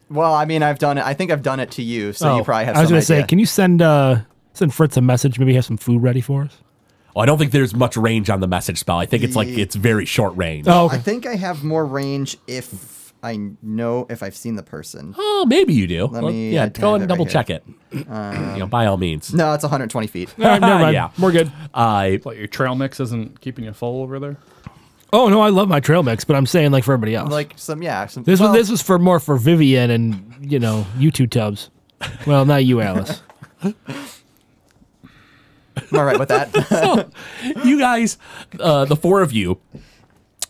Speaker 4: Well, I mean, I've done it. I think I've done it to you, so you probably have.
Speaker 6: Oh, I was
Speaker 4: some
Speaker 6: gonna say,
Speaker 4: idea.
Speaker 6: can you send uh send Fritz a message? Maybe have some food ready for us.
Speaker 1: oh, I don't think there's much range on the message spell. I think it's like it's very short range.
Speaker 6: Oh,
Speaker 4: I
Speaker 6: okay.
Speaker 4: think I have more range if I know if I've seen the person.
Speaker 1: Oh, maybe you do.
Speaker 4: Let
Speaker 1: Well,
Speaker 4: me-
Speaker 1: yeah,
Speaker 4: I
Speaker 1: go and
Speaker 4: have it
Speaker 1: double
Speaker 4: right
Speaker 1: check it.
Speaker 4: Uh,
Speaker 1: you know, by all means.
Speaker 4: No, it's 120 feet.
Speaker 6: All right, never mind.
Speaker 1: Yeah.
Speaker 6: We're good.
Speaker 1: Uh,
Speaker 3: Like your trail mix isn't keeping you full over there.
Speaker 6: Oh no, I love my trail mix, but I'm saying like for everybody else.
Speaker 4: Like some, yeah. Some,
Speaker 6: this
Speaker 4: well,
Speaker 6: was this was for more for Vivian and you know you two tubs. Well, not you, Alice.
Speaker 4: I'm all right with that.
Speaker 1: you guys, uh, the four of you,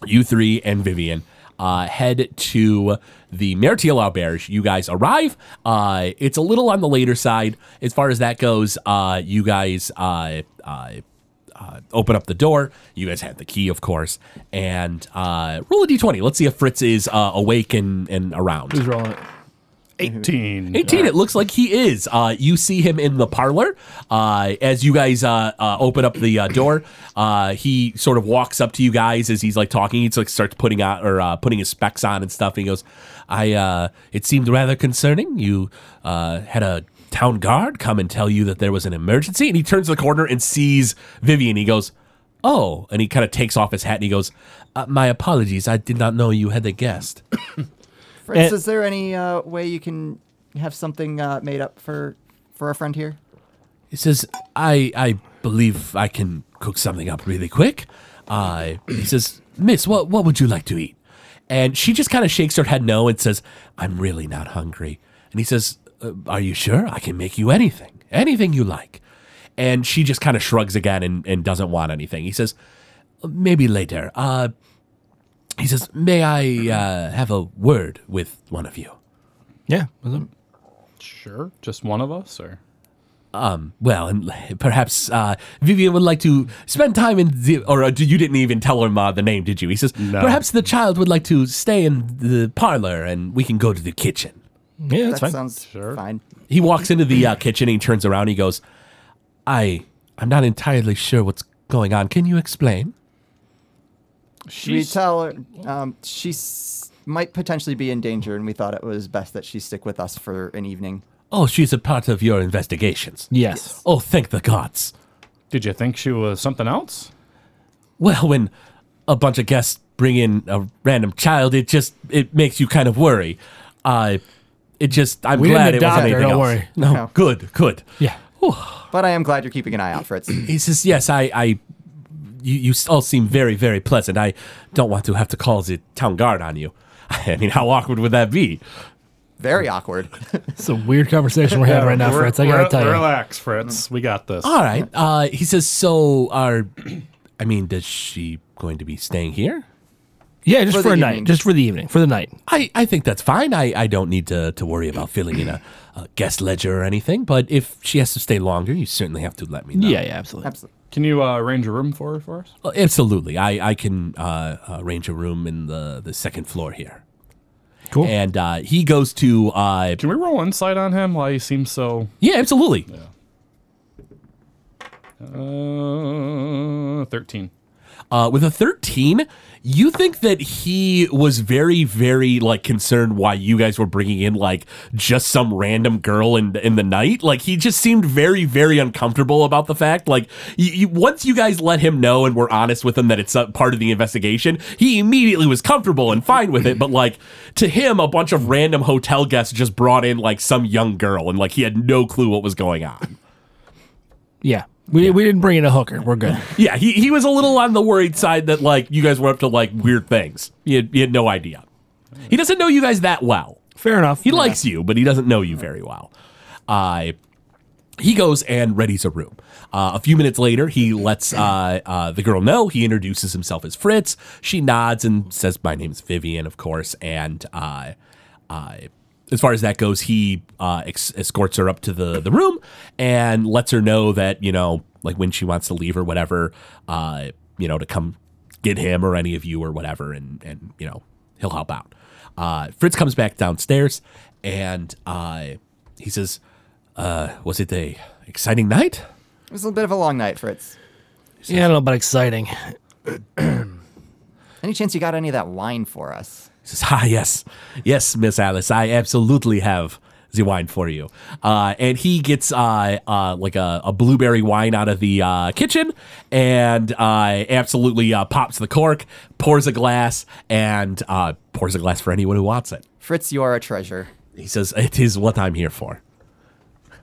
Speaker 1: you three and Vivian, uh, head to the Mertiel Auberge. You guys arrive. Uh, it's a little on the later side as far as that goes. Uh, you guys. Uh, uh, uh, open up the door. You guys have the key, of course, and uh, roll a d20. Let's see if Fritz is uh, awake and, and around.
Speaker 6: Who's rolling it?
Speaker 3: 18.
Speaker 1: 18 it looks like he is uh, you see him in the parlor uh, as you guys uh, uh, open up the uh, door uh, he sort of walks up to you guys as he's like talking he like starts putting on or uh, putting his specs on and stuff and he goes i uh, it seemed rather concerning you uh, had a town guard come and tell you that there was an emergency and he turns the corner and sees vivian he goes oh and he kind of takes off his hat and he goes uh, my apologies i did not know you had a guest
Speaker 4: Fritz, is there any uh, way you can have something uh, made up for for our friend here?
Speaker 1: He says, I, I believe I can cook something up really quick. Uh, he says, Miss, what, what would you like to eat? And she just kind of shakes her head no and says, I'm really not hungry. And he says, "Uh, Are you sure? I can make you anything, anything you like. And she just kind of shrugs again and, and doesn't want anything. He says, Maybe later. Uh, he says, May I uh, have a word with one of you?
Speaker 6: Yeah. what's up?
Speaker 3: Sure. Just one of us, or?
Speaker 1: Um, Well, and perhaps uh, Vivian would like to spend time in the. Or uh, you didn't even tell him uh, the name, did you? He says, perhaps the child would like to stay in the parlor and we can go to the kitchen.
Speaker 6: Yeah, that's
Speaker 4: that
Speaker 6: fine.
Speaker 4: sounds fine.
Speaker 1: He walks into the uh, kitchen and he turns around. And he goes, I, I'm not entirely sure what's going on. Can you explain?
Speaker 4: Should we tell her um, she s- might potentially be in danger, and we thought it was best that she stick with us for an evening.
Speaker 1: Oh, she's a part of your investigations.
Speaker 6: yes.
Speaker 1: Oh, thank the gods.
Speaker 3: Did you think she was something else?
Speaker 1: Well, when a bunch of guests bring in a random child, it just it makes you kind of worry. Uh, it just I'm
Speaker 6: We
Speaker 1: glad
Speaker 6: didn't
Speaker 1: it wasn't
Speaker 6: adopt her,
Speaker 1: anything
Speaker 6: don't
Speaker 1: else.
Speaker 6: worry.
Speaker 1: No,
Speaker 4: No.
Speaker 1: good, good.
Speaker 6: Yeah.
Speaker 4: But I am glad you're keeping an eye out, Fritz.
Speaker 1: He says, "Yes, I, I, you, you all seem very, very pleasant. I don't want to have to call the town guard on you. I mean, how awkward would that be?
Speaker 4: Very awkward.
Speaker 6: It's a weird conversation we're having right now,
Speaker 3: Re-
Speaker 6: Fritz. I gotta
Speaker 3: re-
Speaker 6: tell you.
Speaker 3: Relax, Fritz. Mm, We got this.
Speaker 1: All right." Uh, he says, "So, are, I mean, does she going to be staying here?
Speaker 6: Yeah, just
Speaker 4: For
Speaker 6: for,
Speaker 4: the
Speaker 6: a night.
Speaker 4: evening.
Speaker 6: Just for the evening. Oh. For the night.
Speaker 1: I, I think that's fine. I, I don't need to, to worry about filling in a, a guest ledger or anything. But if she has to stay longer, you certainly have to let me know.
Speaker 6: Yeah, yeah, absolutely.
Speaker 4: Absolutely.
Speaker 3: Can you uh, arrange a room for her for us?
Speaker 1: Uh, absolutely. I, I can uh, arrange a room in the, the second floor here."
Speaker 6: Cool.
Speaker 1: And uh, he goes to uh,
Speaker 3: Can we roll insight on him? Why he seems so.
Speaker 1: yeah, absolutely.
Speaker 3: Uh, 13.
Speaker 1: Uh, with a 13, you think that he was very, very like concerned why you guys were bringing in like just some random girl in in the night. Like he just seemed very, very uncomfortable about the fact. Like you, you, once you guys let him know and were honest with him that it's a part of the investigation, he immediately was comfortable and fine with it. But like to him, a bunch of random hotel guests just brought in like some young girl and like he had no clue what was going on.
Speaker 6: Yeah. We, we didn't bring in a hooker. We're good.
Speaker 1: Yeah, he, he was a little on the worried side that like you guys were up to like weird things. He had, he had no idea. He doesn't know you guys that well.
Speaker 6: Fair enough.
Speaker 1: He likes you, but he doesn't know you very well. Uh, he goes and readies a room. Uh, a few minutes later, he lets uh, uh, the girl know. He introduces himself as Fritz. She nods and says, "My name's Vivian, of course." And uh, uh, as far as that goes, he uh, ex- escorts her up to the the room and lets her know that you know, like when she wants to leave or whatever, uh, you know, to come get him or any of you or whatever, and and you know, he'll help out. Uh, Fritz comes back downstairs and uh, he says was it a exciting night?
Speaker 4: It was a bit of a long night, Fritz.
Speaker 6: Yeah, I don't know about exciting.
Speaker 4: Any chance you got any of that wine for us?
Speaker 1: He says, ah, yes, yes, Miss Alice, I absolutely have the wine for you. Uh, and he gets uh, uh, like a, a blueberry wine out of the uh, kitchen and uh, absolutely uh, pops the cork, pours a glass, and uh, pours a glass for anyone who wants it.
Speaker 4: Fritz, you are a treasure.
Speaker 1: He says, It is what I'm here for.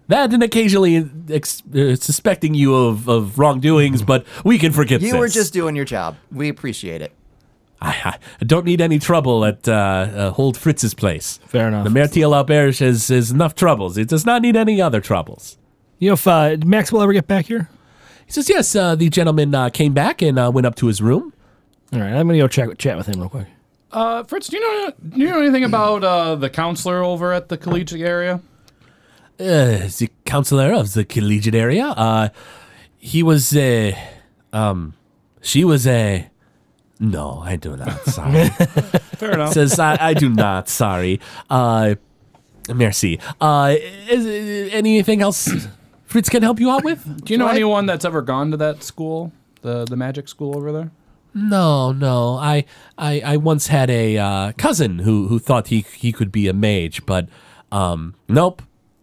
Speaker 1: That and occasionally ex- uh, suspecting you of, of wrongdoings, but we can forget
Speaker 4: Mm-hmm. You were
Speaker 1: this.
Speaker 4: just doing your job. We appreciate it.
Speaker 1: I, I don't need any trouble at uh, uh, Hold Fritz's place.
Speaker 6: Fair enough.
Speaker 1: The Mertiel Auberge has, has enough troubles. It does not need any other troubles.
Speaker 6: You know if uh, Max will ever get back here?
Speaker 1: He says, yes, uh, the gentleman uh, came back and uh, went up to his room.
Speaker 6: All right, I'm gonna go check chat with him real quick.
Speaker 3: Uh, Fritz, do you know do you know anything about uh, the counselor over at the collegiate area?
Speaker 1: uh, the counselor of the collegiate area. Uh, he was a, um, she was a. No, I do not. Sorry,
Speaker 3: Fair enough.
Speaker 1: says I, I do not. Sorry. Uh, merci. Uh, is, anything else Fritz can help you out with?
Speaker 3: Do you know
Speaker 4: What?
Speaker 3: anyone that's ever gone to that school, the the magic school over there?
Speaker 1: No, no. I, I, I once had a uh, cousin who who thought he he could be a mage, but um, nope,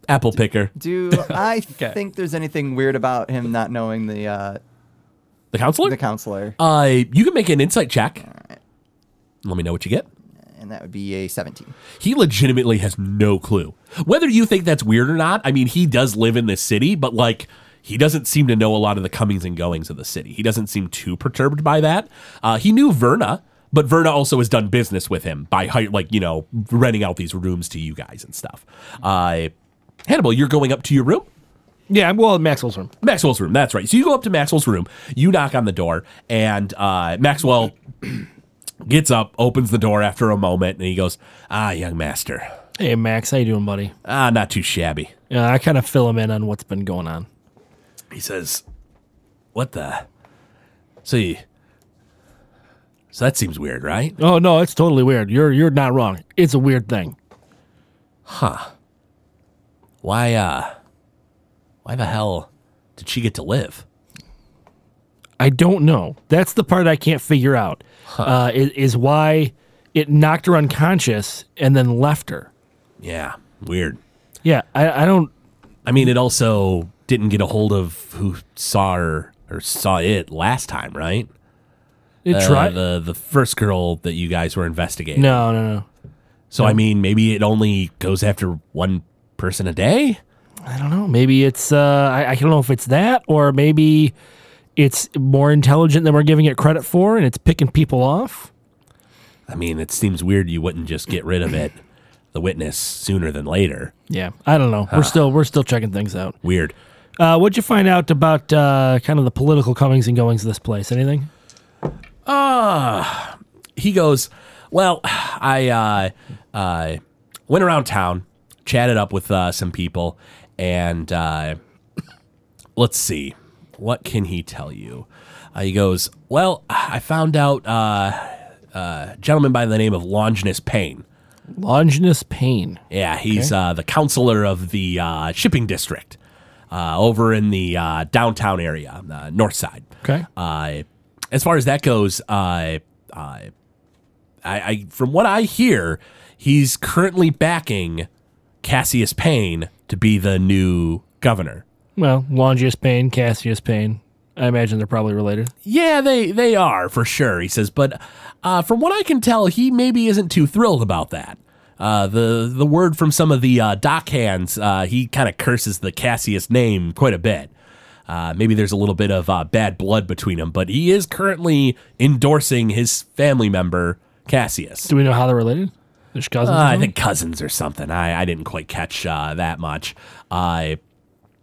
Speaker 1: apple picker.
Speaker 4: Do I think there's anything weird about him not knowing the uh,
Speaker 1: The counselor.
Speaker 4: the counselor?
Speaker 1: uh, you can make an insight check. Let me know what you get.
Speaker 4: And that would be a 17.
Speaker 1: he legitimately has no clue. Whether you think that's weird or not, I mean, he does live in this city, but like, he doesn't seem to know a lot of the comings and goings of the city. He doesn't seem too perturbed by that. Uh, he knew Verna, but Verna also has done business with him by hi- like you know renting out these rooms to you guys and stuff. Uh, Hannibal, you're going up to your room.
Speaker 6: Yeah, I'm well in Maxwell's room.
Speaker 1: Maxwell's room. That's right. So you go up to Maxwell's room, you knock on the door, and uh, Maxwell gets up, opens the door after a moment, and he goes, "Ah, young master,
Speaker 6: Hey, Max, how you doing, buddy?
Speaker 1: Ah, not too shabby.
Speaker 6: Yeah, I kind of fill him in on what's been going on.
Speaker 1: He says, What the? So you. So that seems weird, right?
Speaker 6: Oh no, it's totally weird. You're you're not wrong. It's a weird thing.
Speaker 1: Why, uh. Why the hell did she get to live?
Speaker 6: I don't know. That's the part I can't figure out. Uh, is, is why it knocked her unconscious and then left her.
Speaker 1: Yeah, weird.
Speaker 6: Yeah, I, I don't.
Speaker 1: I mean, it also didn't get a hold of who saw her or saw it last time, right?
Speaker 6: It
Speaker 1: Uh,
Speaker 6: tried.
Speaker 1: The, the first girl that you guys were investigating.
Speaker 6: no, no, no.
Speaker 1: So, I mean, maybe it only goes after one person a day?
Speaker 6: I don't know. Maybe it's. Uh, I, I don't know if it's that or maybe it's more intelligent than we're giving it credit for, and it's picking people off.
Speaker 1: I mean, it seems weird you wouldn't just get rid of it, the witness, sooner than later.
Speaker 6: Yeah, I don't know. We're still we're still checking things out.
Speaker 1: Weird.
Speaker 6: Uh, what'd you find out about uh, kind of the political comings and goings of this place? Anything?
Speaker 1: He goes, Well, I uh, uh, went around town, chatted up with uh, some people, and uh, let's see. What can he tell you? Uh, he goes, Well, I found out uh, uh, a gentleman by the name of Longinus Payne.
Speaker 6: Longinus Payne.
Speaker 1: Yeah, he's uh, the counselor of the uh, shipping district uh, over in the uh, downtown area, on the north side.
Speaker 6: Okay.
Speaker 1: Uh, as far as that goes, uh, uh, I, I from what I hear, he's currently backing Cassius Payne to be the new governor.
Speaker 6: Well, Longinus Payne, Cassius Payne. I imagine they're probably related.
Speaker 1: Yeah, they they are for sure. He says, but uh, from what I can tell, he maybe isn't too thrilled about that. Uh, the the word from some of the uh, dock hands, uh, he kind of curses the Cassius name quite a bit. Uh, maybe there's a little bit of uh, bad blood between them, but he is currently endorsing his family member Cassius.
Speaker 6: Do we know how they're related? They're just cousins. or
Speaker 1: Uh, I
Speaker 6: something?
Speaker 1: think cousins or something. I, I didn't quite catch uh, that much. Uh,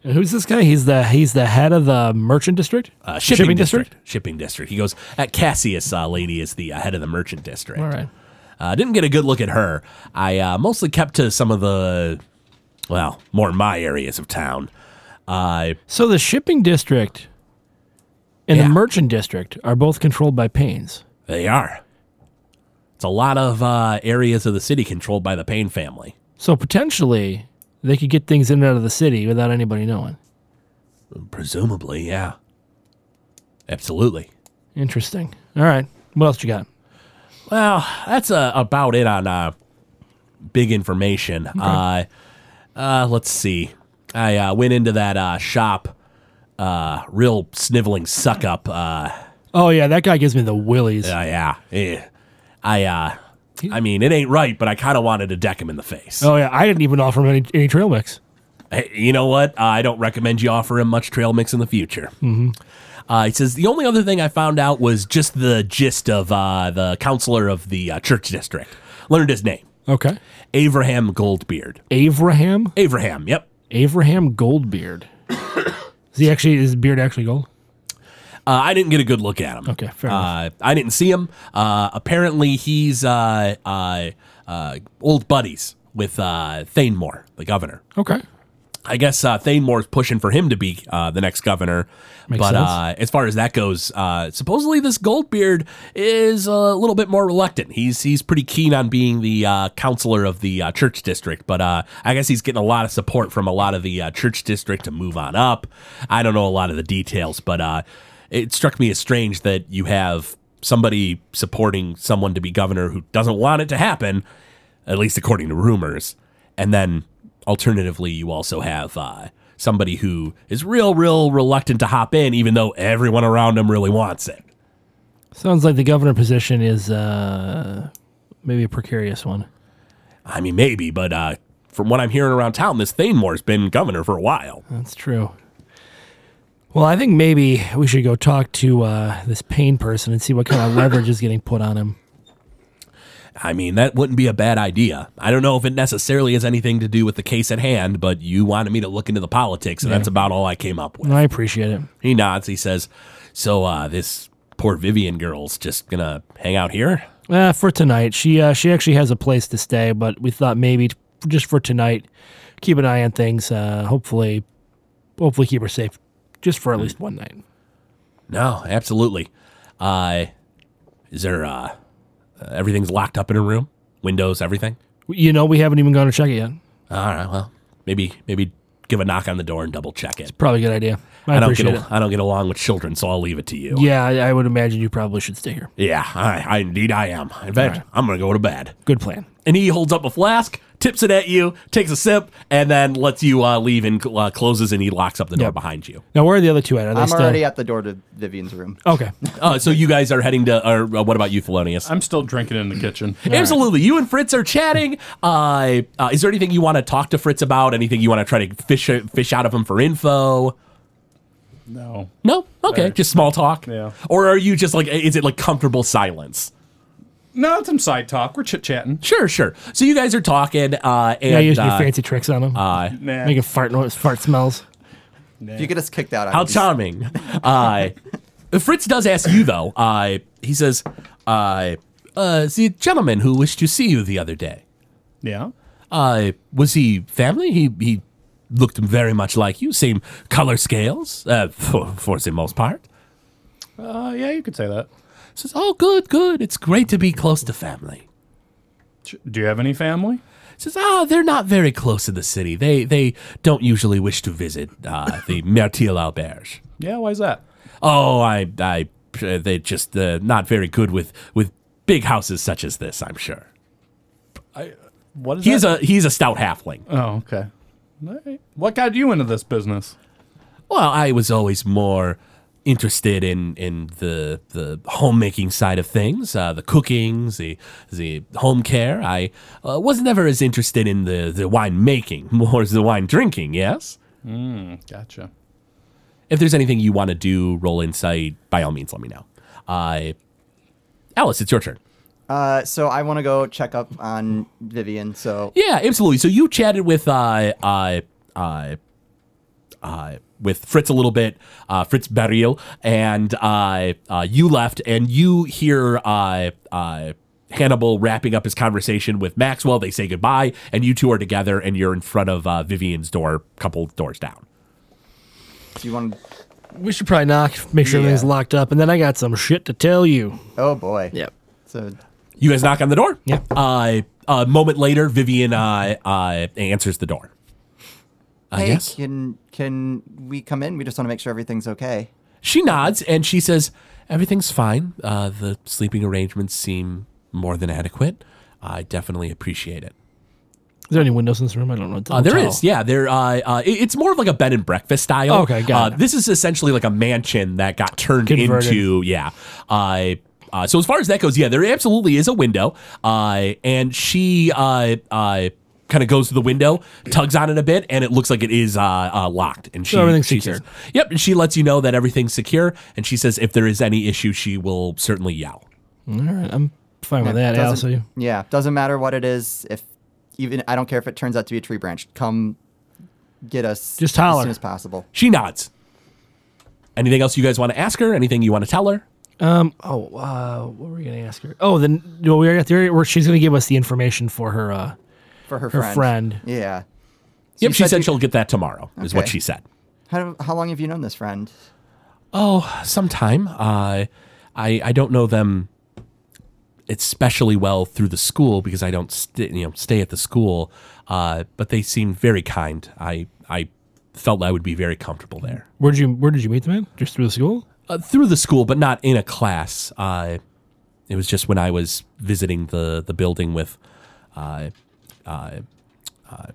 Speaker 6: And who's this guy? He's the he's the head of the merchant district.
Speaker 1: uh, shipping, district? Shipping district. He goes, that Cassius uh, lady is the uh, head of the merchant district.
Speaker 6: All right.
Speaker 1: Uh, didn't get a good look at her. I uh, mostly kept to some of the, well, more my areas of town. Uh,
Speaker 6: So the shipping district and
Speaker 1: Yeah.
Speaker 6: the merchant district are both controlled by Paynes.
Speaker 1: they are. It's a lot of uh, areas of the city controlled by the Payne family.
Speaker 6: So potentially they could get things in and out of the city without anybody knowing.
Speaker 1: Presumably, yeah. Absolutely.
Speaker 6: Interesting. All right. What else you got?
Speaker 1: Well, that's uh, about it on uh, big information. Uh, uh, let's see. I uh, went into that uh, shop, uh, real sniveling suck up. Uh,
Speaker 6: Oh yeah, that guy gives me the willies.
Speaker 1: uh, yeah, eh. I. Uh, I mean, it ain't right, but I kind of wanted to deck him in the face.
Speaker 6: Oh yeah, I didn't even offer him any, any trail mix.
Speaker 1: Hey, you know what? Uh, I don't recommend you offer him much trail mix in the future. Mm-hmm. Uh, he says the only other thing I found out was just the gist of uh, the counselor of the uh, church district. Learned his name,
Speaker 6: Okay.
Speaker 1: Abraham Goldbeard.
Speaker 6: Abraham.
Speaker 1: Abraham, yep.
Speaker 6: Abraham Goldbeard. is he actually is his beard actually gold?
Speaker 1: Uh, I didn't get a good look at him.
Speaker 6: Okay, fair
Speaker 1: uh, I didn't see him. Uh, apparently, he's uh, uh, uh, old buddies with uh, Thane Moore, the governor.
Speaker 6: Okay.
Speaker 1: I guess uh, Thane Moore is pushing for him to be uh, the next governor.
Speaker 6: Makes
Speaker 1: but
Speaker 6: sense.
Speaker 1: Uh, as far as that goes, uh, supposedly this Goldbeard is a little bit more reluctant. He's he's pretty keen on being the uh, counselor of the uh, church district, but uh, I guess he's getting a lot of support from a lot of the uh, church district to move on up. I don't know a lot of the details, but uh, it struck me as strange that you have somebody supporting someone to be governor who doesn't want it to happen, at least according to rumors, and then alternatively, you also have uh, somebody who is real, real reluctant to hop in, even though everyone around him really wants it.
Speaker 6: Sounds like the governor position is uh, maybe a precarious one.
Speaker 1: I mean, maybe, but uh, from what I'm hearing around town, this Thane Moore's been governor for a while.
Speaker 6: That's true. Well, I think maybe we should go talk to uh, this pain person and see what kind of leverage is getting put on him.
Speaker 1: I mean, that wouldn't be a bad idea. I don't know if it necessarily has anything to do with the case at hand, but you wanted me to look into the politics, and that's about all I came up with.
Speaker 6: And I appreciate it.
Speaker 1: He nods. He says, "So uh, this poor Vivian girl's just gonna hang out here."
Speaker 6: Uh, for tonight, she uh, she actually has a place to stay, but we thought maybe t- just for tonight, keep an eye on things. Uh, hopefully, hopefully keep her safe, just for at least one night.
Speaker 1: No, absolutely. Uh, is there uh, everything's locked up in a room? Windows, everything.
Speaker 6: You know, we haven't even gone to check it yet.
Speaker 1: All right. Well, maybe maybe give a knock on the door and double check it.
Speaker 6: Probably a good idea. I,
Speaker 1: I don't get
Speaker 6: appreciate
Speaker 1: al- I don't get along with children, so I'll leave it to you.
Speaker 6: it. Yeah, I, I would imagine you probably should stay here.
Speaker 1: Yeah, I, I indeed I am. In fact, I'm gonna go to bed.
Speaker 6: Good plan.
Speaker 1: And he holds up a flask, tips it at you, takes a sip, and then lets you uh, leave and cl- uh, closes and he locks up the door
Speaker 6: Yep.
Speaker 1: behind you.
Speaker 6: Now, where are the other two at? Are they
Speaker 4: I'm
Speaker 6: still?
Speaker 4: already at the door to Vivian's room.
Speaker 6: okay.
Speaker 1: Uh, so you guys are heading to. Or uh, what about you, Thelonious?
Speaker 3: I'm still drinking in the kitchen.
Speaker 1: Absolutely. You and Fritz are chatting. Uh, uh, is there anything you want to talk to Fritz about? Anything you want to try to fish uh, fish out of him for info?
Speaker 3: No.
Speaker 1: No. Okay. Just small talk.
Speaker 3: Yeah.
Speaker 1: Or are you just like? Is it like comfortable silence?
Speaker 3: No, it's some side talk. We're chit chatting.
Speaker 1: Sure. Sure. So you guys are talking. Uh, and
Speaker 6: Yeah, use your
Speaker 1: uh,
Speaker 6: fancy tricks on them.
Speaker 1: uh,
Speaker 3: Nah.
Speaker 6: Making fart noise, fart smells.
Speaker 4: If you could just kick that out.
Speaker 1: How charming. Uh, Fritz does ask you, though. Uh, he says, uh, uh, the gentleman who wished to see you the other day,
Speaker 3: Yeah.
Speaker 1: uh, was he family? He, he looked very much like you, same color scales, uh, for, for the most part.
Speaker 3: Uh, yeah, you could say that.
Speaker 1: Says, oh, good, good. It's great to be close to family.
Speaker 3: Ch- Do you have any family?
Speaker 1: Says, ah, they're not very close in the city. They they don't usually wish to visit uh, the Mertil Auberge.
Speaker 3: Yeah, why is that?
Speaker 1: Oh, I, I, uh, they just uh, not very good with with big houses such as this. I'm sure.
Speaker 3: What is
Speaker 1: He's
Speaker 3: that?
Speaker 1: a he's a stout halfling.
Speaker 3: oh, okay. All right. What got you into this business?
Speaker 1: Well, I was always more interested in in the the homemaking side of things, uh, the cookings, the the home care. I uh, was never as interested in the the wine making, more as the wine drinking. Yes.
Speaker 3: Gotcha.
Speaker 1: If there's anything you want to do, roll insight. By all means, let me know. Uh, Alice, it's your turn.
Speaker 4: Uh, so I want to go check up on Vivian. So
Speaker 1: Yeah, absolutely. So you chatted with uh uh uh, uh with Fritz a little bit, uh, Fritz Burial, and uh, uh, you left, and you hear uh, uh, Hannibal wrapping up his conversation with Maxwell. They say goodbye, and you two are together, and you're in front of uh, Vivian's door, couple doors down.
Speaker 4: do you want? to...
Speaker 6: We should probably knock, make sure
Speaker 4: Yeah.
Speaker 6: everything's locked up, and then I got some shit to tell you.
Speaker 4: Oh boy.
Speaker 6: Yep.
Speaker 4: So
Speaker 1: You guys knock on the door.
Speaker 6: Yeah.
Speaker 1: Uh, a moment later, Vivian uh, uh, answers the door. Uh,
Speaker 4: hey,
Speaker 1: yes.
Speaker 4: can can we come in? We just want to make sure everything's okay.
Speaker 1: She nods and she says, Everything's fine. Uh, the sleeping arrangements seem more than adequate. I definitely appreciate it.
Speaker 6: Is there any windows in this room? I don't know. It's a
Speaker 1: Uh, there
Speaker 6: hotel. Oh,
Speaker 1: is, yeah. There, uh, uh, it- it's more of like a bed and breakfast style.
Speaker 6: Okay, got
Speaker 1: uh,
Speaker 6: it.
Speaker 1: This is essentially like a mansion that got turned
Speaker 6: Converted.
Speaker 1: into, yeah. Uh, uh, so as far as that goes, yeah, there absolutely is a window. Uh, and she uh, uh, kind of goes to the window, tugs on it a bit, and it looks like it is uh, uh, locked. And she,
Speaker 6: everything's
Speaker 1: she
Speaker 6: secured.
Speaker 1: says- yep, and she lets you know that everything's secure. And she says if there is any issue, she will certainly yell.
Speaker 6: All right, I'm fine with that. Al,
Speaker 4: Doesn't-
Speaker 6: so you-
Speaker 4: Yeah, doesn't matter what it is. If even I don't care if it turns out to be a tree branch. Come get us
Speaker 6: Just holler.
Speaker 4: as soon as possible.
Speaker 1: She nods. Anything else you guys want to ask her? Anything you want to tell her?
Speaker 6: Um. Oh. Uh, what were we gonna ask her? Oh, then no, we already got the area where she's gonna give us the information for her. Uh,
Speaker 4: for her
Speaker 6: Her
Speaker 4: friend.
Speaker 6: friend.
Speaker 4: Yeah.
Speaker 1: yep, she
Speaker 4: said
Speaker 1: said
Speaker 4: you-
Speaker 1: she'll get that tomorrow, is what
Speaker 4: Okay.
Speaker 1: she said.
Speaker 4: How, how long have you known this friend?
Speaker 1: Oh, sometime. Uh, I I don't know them especially well through the school because I don't st- you know stay at the school. Uh, but they seemed very kind. I I felt I would be very comfortable there
Speaker 6: where did you Where did you meet the man? Just through the school?
Speaker 1: uh, through the school, but not in a class. Uh, it was just when I was visiting the the building with. Uh, uh, uh,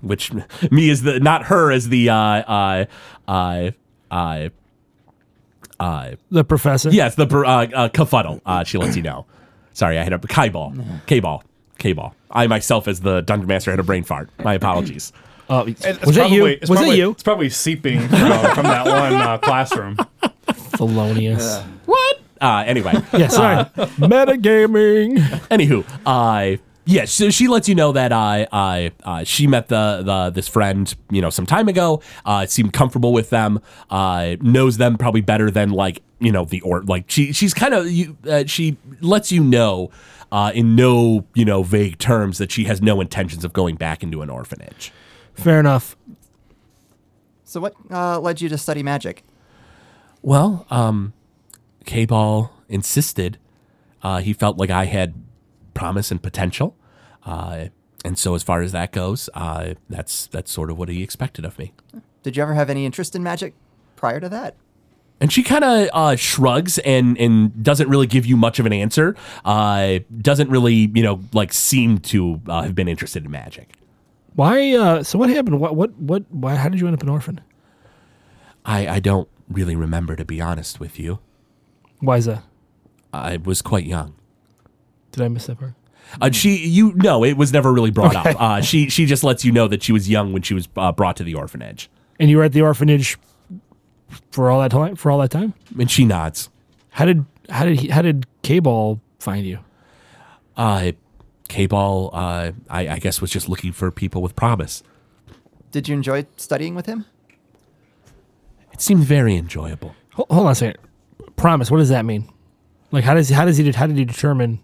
Speaker 1: which me is the not her as the uh uh uh uh uh
Speaker 6: The professor.
Speaker 1: Yes, the br- uh, uh, Cafuddle. Uh, she lets you know. Sorry, I had a Kai ball. K ball. K ball. I myself, as the dungeon master, had a brain fart. My apologies.
Speaker 6: Oh,
Speaker 3: It's
Speaker 6: was that you?
Speaker 3: probably-
Speaker 6: Was
Speaker 3: it's
Speaker 6: that
Speaker 3: probably-
Speaker 6: you?
Speaker 3: It's probably seeping from, from that one uh, classroom.
Speaker 6: Felonious.
Speaker 1: What? Uh, anyway,
Speaker 6: yeah. Sorry. Metagaming.
Speaker 1: anywho, I. Yeah, so she lets you know that I, I, uh, she met the, the this friend, you know, some time ago. Uh, seemed comfortable with them. Uh, knows them probably better than like, you know, the or like she, she's kind of you. Uh, she lets you know, uh, in no, you know, vague terms that she has no intentions of going back into an orphanage.
Speaker 6: Fair enough.
Speaker 4: So what uh, led you to study magic?
Speaker 1: Well, um, K Ball insisted. Uh, he felt like I had promise and potential. Uh, and so, as far as that goes, uh, that's that's sort of what he expected of me.
Speaker 4: Did you ever have any interest in magic prior to that?
Speaker 1: And she kind of uh, shrugs and and doesn't really give you much of an answer. Uh, doesn't really, you know, like seem to uh, have been interested in magic.
Speaker 6: Why? Uh, so what happened? What? What? What? Why? How did you end up an orphan?
Speaker 1: I I don't really remember to be honest with you.
Speaker 6: Why is that?
Speaker 1: I was quite young.
Speaker 6: Did I miss that part?
Speaker 1: Uh, she, you no, it was never really brought up. Uh, she, she just lets you know that she was young when she was uh, brought to the orphanage,
Speaker 6: And you were at the orphanage for all that time. For all that time.
Speaker 1: and she nods.
Speaker 6: How did? How did? He, how did K-ball find you?
Speaker 1: Uh, K-ball, uh, I, I guess was just looking for people with promise.
Speaker 4: Did you enjoy studying with him?
Speaker 1: It seemed very enjoyable.
Speaker 6: Hol- Hold on a second. Promise. What does that mean? Like, how does how does he de- how did he determine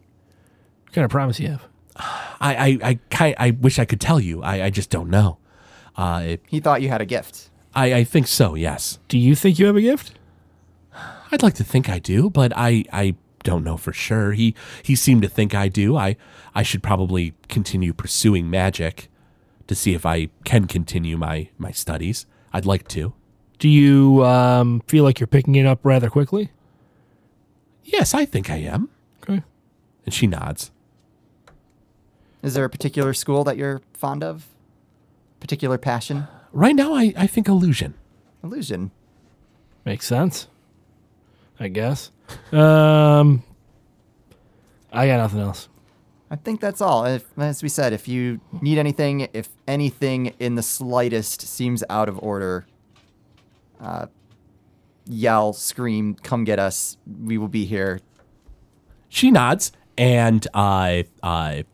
Speaker 6: what kind of promise you have?
Speaker 1: I, I, I, ki- I wish I could tell you. I, I just don't know. Uh,
Speaker 4: He thought you had a gift.
Speaker 1: I, I think so. Yes,
Speaker 6: Do you think you have a gift?
Speaker 1: I'd like to think I do, but I, I don't know for sure. He, he seemed to think I do. I, I should probably continue pursuing magic to see if I can continue my, my studies. I'd like to.
Speaker 6: Do you um, feel like you're picking it up rather quickly?
Speaker 1: Yes, I think I am.
Speaker 6: Okay.
Speaker 1: And she nods.
Speaker 4: Is there a particular school that you're fond of? Particular passion?
Speaker 1: Right now, I, I think illusion.
Speaker 4: Illusion.
Speaker 6: Makes sense. I guess. Um, I got nothing else.
Speaker 4: I think that's all. If, as we said, if you need anything, if anything in the slightest seems out of order, uh, yell, scream, come get us. We will be here.
Speaker 1: She nods and I I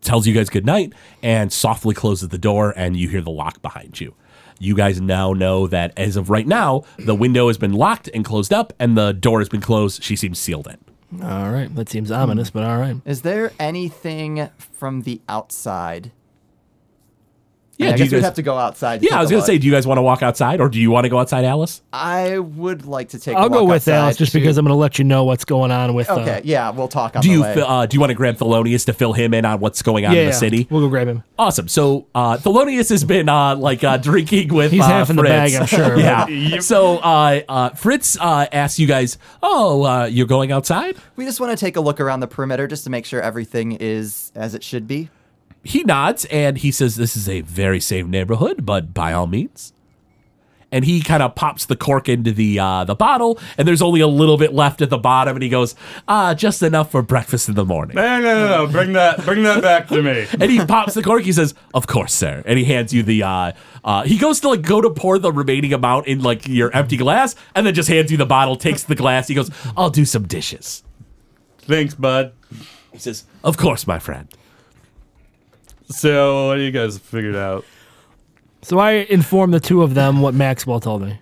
Speaker 1: tells you guys good night and softly closes the door and you hear the lock behind you. You guys now know that as of right now, the window has been locked and closed up and the door has been closed. She seems sealed in.
Speaker 6: All right. That seems ominous, but all right.
Speaker 4: Is there anything from the outside? I
Speaker 1: Yeah,
Speaker 4: mean, I
Speaker 1: do you
Speaker 4: guess we'd
Speaker 1: guys-
Speaker 4: have to go outside. To
Speaker 1: Yeah, I
Speaker 4: take
Speaker 1: was going
Speaker 4: a
Speaker 1: to
Speaker 4: look.
Speaker 1: say, do you guys want to walk outside or do you want to go outside, Alice?
Speaker 4: I would like to take. a
Speaker 6: I'll go
Speaker 4: walk
Speaker 6: with Alice
Speaker 4: outside
Speaker 6: just
Speaker 4: to-
Speaker 6: because I'm going to let you know what's going on with.
Speaker 4: Okay,
Speaker 6: Uh,
Speaker 4: yeah, we'll talk on
Speaker 1: Do
Speaker 4: the
Speaker 1: you
Speaker 4: way.
Speaker 1: fi- uh, do you want to grab Thelonious to fill him in on what's going on
Speaker 6: yeah,
Speaker 1: in the
Speaker 6: yeah.
Speaker 1: city?
Speaker 6: We'll go grab him.
Speaker 1: Awesome. So uh, Thelonious has been uh, like uh, drinking with
Speaker 6: He's
Speaker 1: uh,
Speaker 6: half in the
Speaker 1: Fritz.
Speaker 6: bag, I'm sure,
Speaker 1: yeah.
Speaker 6: but-
Speaker 3: Yep.
Speaker 1: So uh, uh, Fritz uh, asks you guys, "Oh, uh, you're going outside?"
Speaker 4: we just want to take a look around the perimeter just to make sure everything is as it should be.
Speaker 1: He nods and he says, "This is a very safe neighborhood, but by all means." And he kind of pops the cork into the uh, the bottle, and there's only a little bit left at the bottom. And he goes, "Ah, just enough for breakfast in the morning."
Speaker 3: No, no, no, no. Bring that, bring that back to me.
Speaker 1: and he pops the cork. He says, "Of course, sir." And he hands you the. Uh, uh, he goes to like go to pour the remaining amount in like your empty glass, and then just hands you the bottle. Takes the glass. He goes, "I'll do some dishes."
Speaker 3: Thanks, bud.
Speaker 1: He says, "Of course, my friend."
Speaker 3: So, what do you guys figured out?
Speaker 6: So I informed the two of them what Maxwell told me.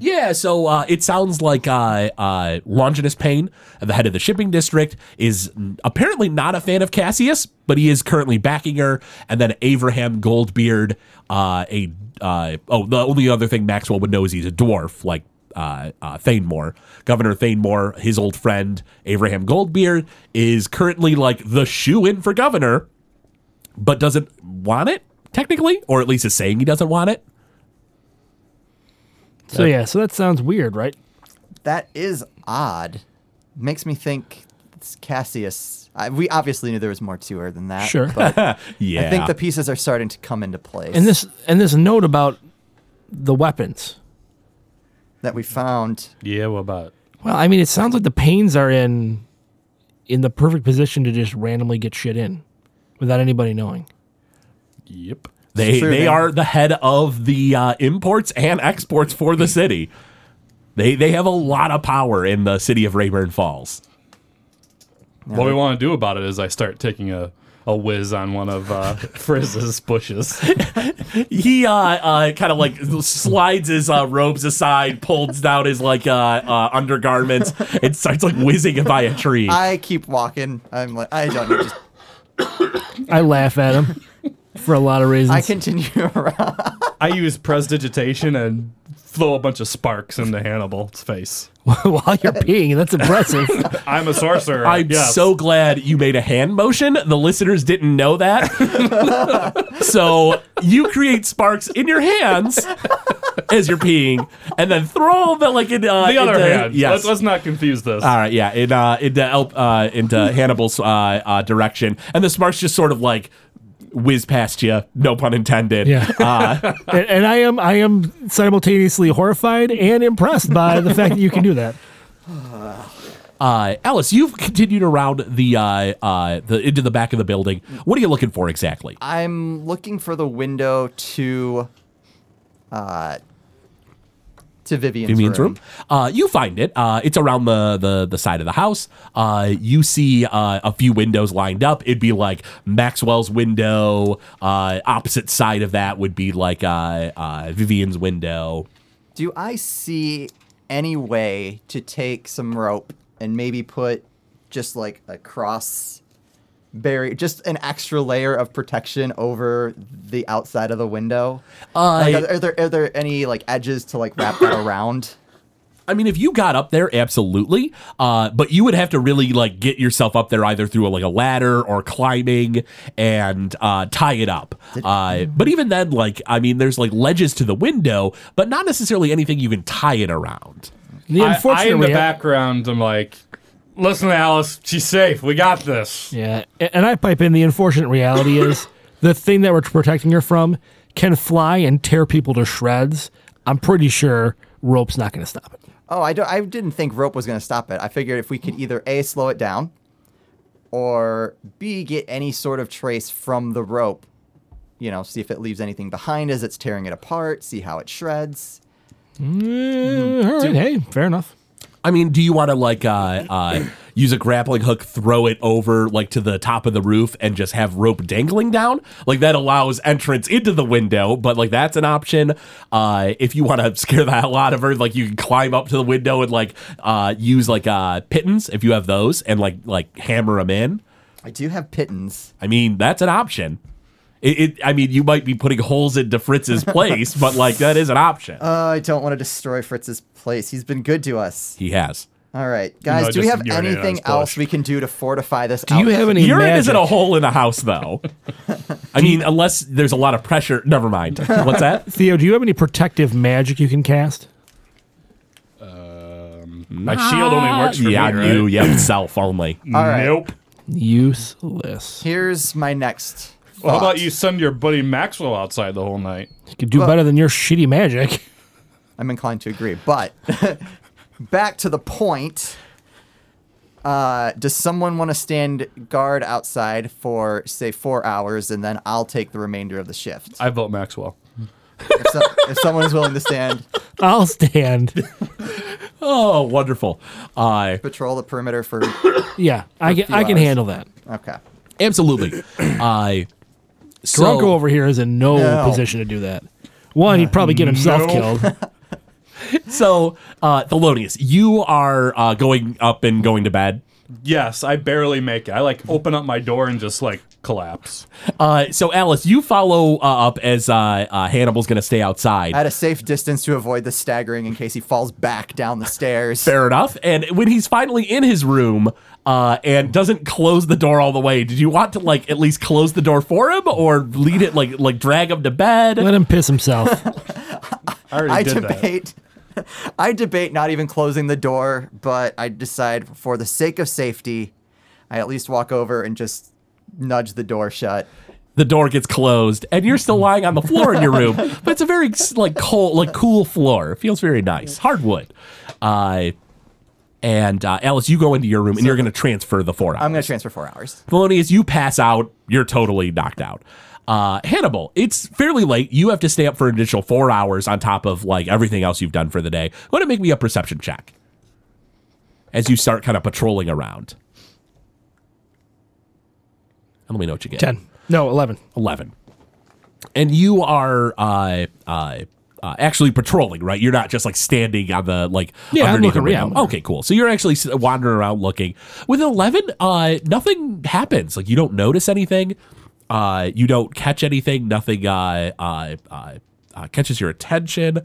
Speaker 1: Yeah, so uh, it sounds like uh, uh, Longinus Payne, the head of the shipping district, is apparently not a fan of Cassius, but he is currently backing her. And then Abraham Goldbeard, uh, a uh, oh, the only other thing Maxwell would know is he's a dwarf, like uh, uh, Thanemore, Governor Thanemore, his old friend Abraham Goldbeard, is currently like the shoe in for governor, but doesn't want it technically, or at least is saying he doesn't want it.
Speaker 6: So yeah, so that sounds weird, right?
Speaker 4: That is odd. Makes me think it's Cassius. I, we obviously knew there was more to her than that.
Speaker 6: Sure.
Speaker 4: But
Speaker 1: Yeah,
Speaker 4: I think the pieces are starting to come into place.
Speaker 6: And this and this note about the weapons.
Speaker 4: that we found.
Speaker 3: Yeah, what about?
Speaker 6: Well, I mean, it sounds like the pains are in in the perfect position to just randomly get shit in without anybody knowing.
Speaker 3: Yep.
Speaker 1: They
Speaker 4: True,
Speaker 1: they
Speaker 4: man.
Speaker 1: are the head of the uh, imports and exports for the city. They they have a lot of power in the city of Rayburn Falls.
Speaker 3: What we want to do about it is I start taking a, a whiz on one of uh, Frizz's bushes.
Speaker 1: He uh, uh kind of like slides his uh, robes aside, pulls down his like uh, uh undergarments, and starts like whizzing by a tree.
Speaker 4: I keep walking. I'm like, I don't know. Just,
Speaker 6: I laugh at him for a lot of reasons.
Speaker 4: I continue around.
Speaker 3: I use prestidigitation and throw a bunch of sparks into Hannibal's face.
Speaker 6: While you're peeing, that's impressive.
Speaker 3: I'm a sorcerer.
Speaker 1: I'm
Speaker 3: yes.
Speaker 1: so glad you made a hand motion. The listeners didn't know that. so you create sparks in your hands as you're peeing, and then throw them like in uh,
Speaker 3: The other
Speaker 1: into-
Speaker 3: hand,
Speaker 1: Yes.
Speaker 3: let's, let's not confuse this.
Speaker 1: all right, yeah, in, uh, into El- uh, into Hannibal's uh, uh, direction, and the sparks just sort of like whiz past you. No pun intended.
Speaker 6: Yeah.
Speaker 1: Uh,
Speaker 6: and, and I am I am simultaneously horrified and impressed by the fact that you can do that.
Speaker 1: uh, Alice, you've continued around the uh, uh, the into the back of the building. What are you looking for exactly?
Speaker 4: I'm looking for the window to, uh, to Vivian's,
Speaker 1: Vivian's room. Uh, you find it. Uh, it's around the, the the side of the house. Uh, you see uh, a few windows lined up. It'd be like Maxwell's window. Uh, opposite side of that would be like uh, uh, Vivian's window.
Speaker 4: Do I see any way to take some rope and maybe put just like a cross barrier, just an extra layer of protection over the outside of the window? Like, are,
Speaker 1: Uh,
Speaker 4: there- are there are there any like edges to like wrap that around?
Speaker 1: I mean, if you got up there, absolutely. Uh, but you would have to really like get yourself up there either through like a ladder or climbing and uh, tie it up. Uh, but even then, like I mean, there's like ledges to the window, but not necessarily anything you can tie it around.
Speaker 6: The
Speaker 3: I-
Speaker 6: unfortunate
Speaker 3: I, in the
Speaker 6: rea-
Speaker 3: background, I'm like, listen, Alice, she's safe. We got this.
Speaker 6: Yeah, a- and I pipe in. The unfortunate reality is the thing that we're protecting her from can fly and tear people to shreds. I'm pretty sure rope's not going to stop it.
Speaker 4: Oh, I don't, I didn't think rope was going to stop it. I figured if we could either A, slow it down, or B, get any sort of trace from the rope, you know, see if it leaves anything behind as it's tearing it apart, see how it shreds.
Speaker 6: Mm, all right, hey, fair enough.
Speaker 1: I mean, do you want to like uh, uh, use a grappling hook, throw it over like to the top of the roof, and just have rope dangling down? Like that allows entrance into the window, but like that's an option. Uh, if you want to scare the hell out of her, like you can climb up to the window and like uh, use like uh, pittons if you have those, and like like hammer them in.
Speaker 4: I do have pittons.
Speaker 1: I mean, that's an option. It, it, I mean, you might be putting holes into Fritz's place, but like that is an option.
Speaker 4: Uh, I don't want to destroy Fritz's place. He's been good to us.
Speaker 1: he has.
Speaker 4: All right, guys,
Speaker 3: I
Speaker 4: do we
Speaker 3: just
Speaker 4: have
Speaker 3: urinated on
Speaker 4: anything
Speaker 3: his bush.
Speaker 4: else we can do to fortify this?
Speaker 6: Do you have any
Speaker 1: Urine
Speaker 6: magic?
Speaker 1: isn't a hole in a house, though. I mean, unless there's a lot of pressure. Never mind. What's that?
Speaker 6: Theo, do you have any protective magic you can cast?
Speaker 3: My shield only works for
Speaker 1: Ah, yeah,
Speaker 3: me, right?
Speaker 1: you, yeah, self only.
Speaker 4: All right,
Speaker 3: Nope.
Speaker 6: Useless.
Speaker 4: here's my next.
Speaker 3: Well, how
Speaker 4: thought.
Speaker 3: about you send your buddy Maxwell outside the whole night?
Speaker 6: You could do better than your shitty magic.
Speaker 4: I'm inclined to agree. But back to the point. Uh, does someone want to stand guard outside for say four hours, and then I'll take the remainder of the shift?
Speaker 3: I vote Maxwell.
Speaker 4: If, so- if someone is willing to stand,
Speaker 6: I'll stand.
Speaker 1: Oh, wonderful. Uh,
Speaker 4: patrol the perimeter for.
Speaker 6: Yeah, I can.
Speaker 4: few
Speaker 6: I can
Speaker 4: hours.
Speaker 6: handle that.
Speaker 4: Okay.
Speaker 1: absolutely. I. so,
Speaker 6: Drunko over here is in no,
Speaker 4: No.
Speaker 6: position to do that. One, he'd probably get himself
Speaker 3: No.
Speaker 6: killed.
Speaker 1: So, uh, Thelonious, you are uh, going up and going to bed.
Speaker 3: Yes, I barely make it. I like open up my door and just like collapse.
Speaker 1: Uh, so, Alice, you follow uh, up as uh, uh, Hannibal's going to stay outside.
Speaker 4: At a safe distance to avoid the staggering in case he falls back down the stairs.
Speaker 1: Fair enough. And when he's finally in his room uh, and doesn't close the door all the way, did you want to like at least close the door for him or lead it like like drag him to bed?
Speaker 6: Let him piss himself.
Speaker 3: I already
Speaker 4: I
Speaker 3: did that.
Speaker 4: debate. I debate not even closing the door, but I decide for the sake of safety, I at least walk over and just nudge the door shut.
Speaker 1: the door gets closed and you're still lying on the floor in your room but it's a very like cold like cool floor it feels very nice hardwood uh, and uh, alice you go into your room and you're going to transfer the four hours
Speaker 4: I'm going to transfer four hours.
Speaker 1: Thelonious, you pass out you're totally knocked out uh, hannibal it's fairly late you have to stay up for an additional four hours on top of like everything else you've done for the day want to make me a perception check as you start kind of patrolling around and let me know what you get
Speaker 6: Ten. No, eleven.
Speaker 1: 11 and you are uh uh uh, actually patrolling, right? You're not just like standing on the like
Speaker 6: Yeah, I'm
Speaker 1: underneath the
Speaker 6: looking around.
Speaker 1: window. Okay, cool. So you're actually s- wandering around looking. With an 11, uh, nothing happens. Like you don't notice anything. Uh, you don't catch anything. Nothing uh, uh, uh, uh, catches your attention.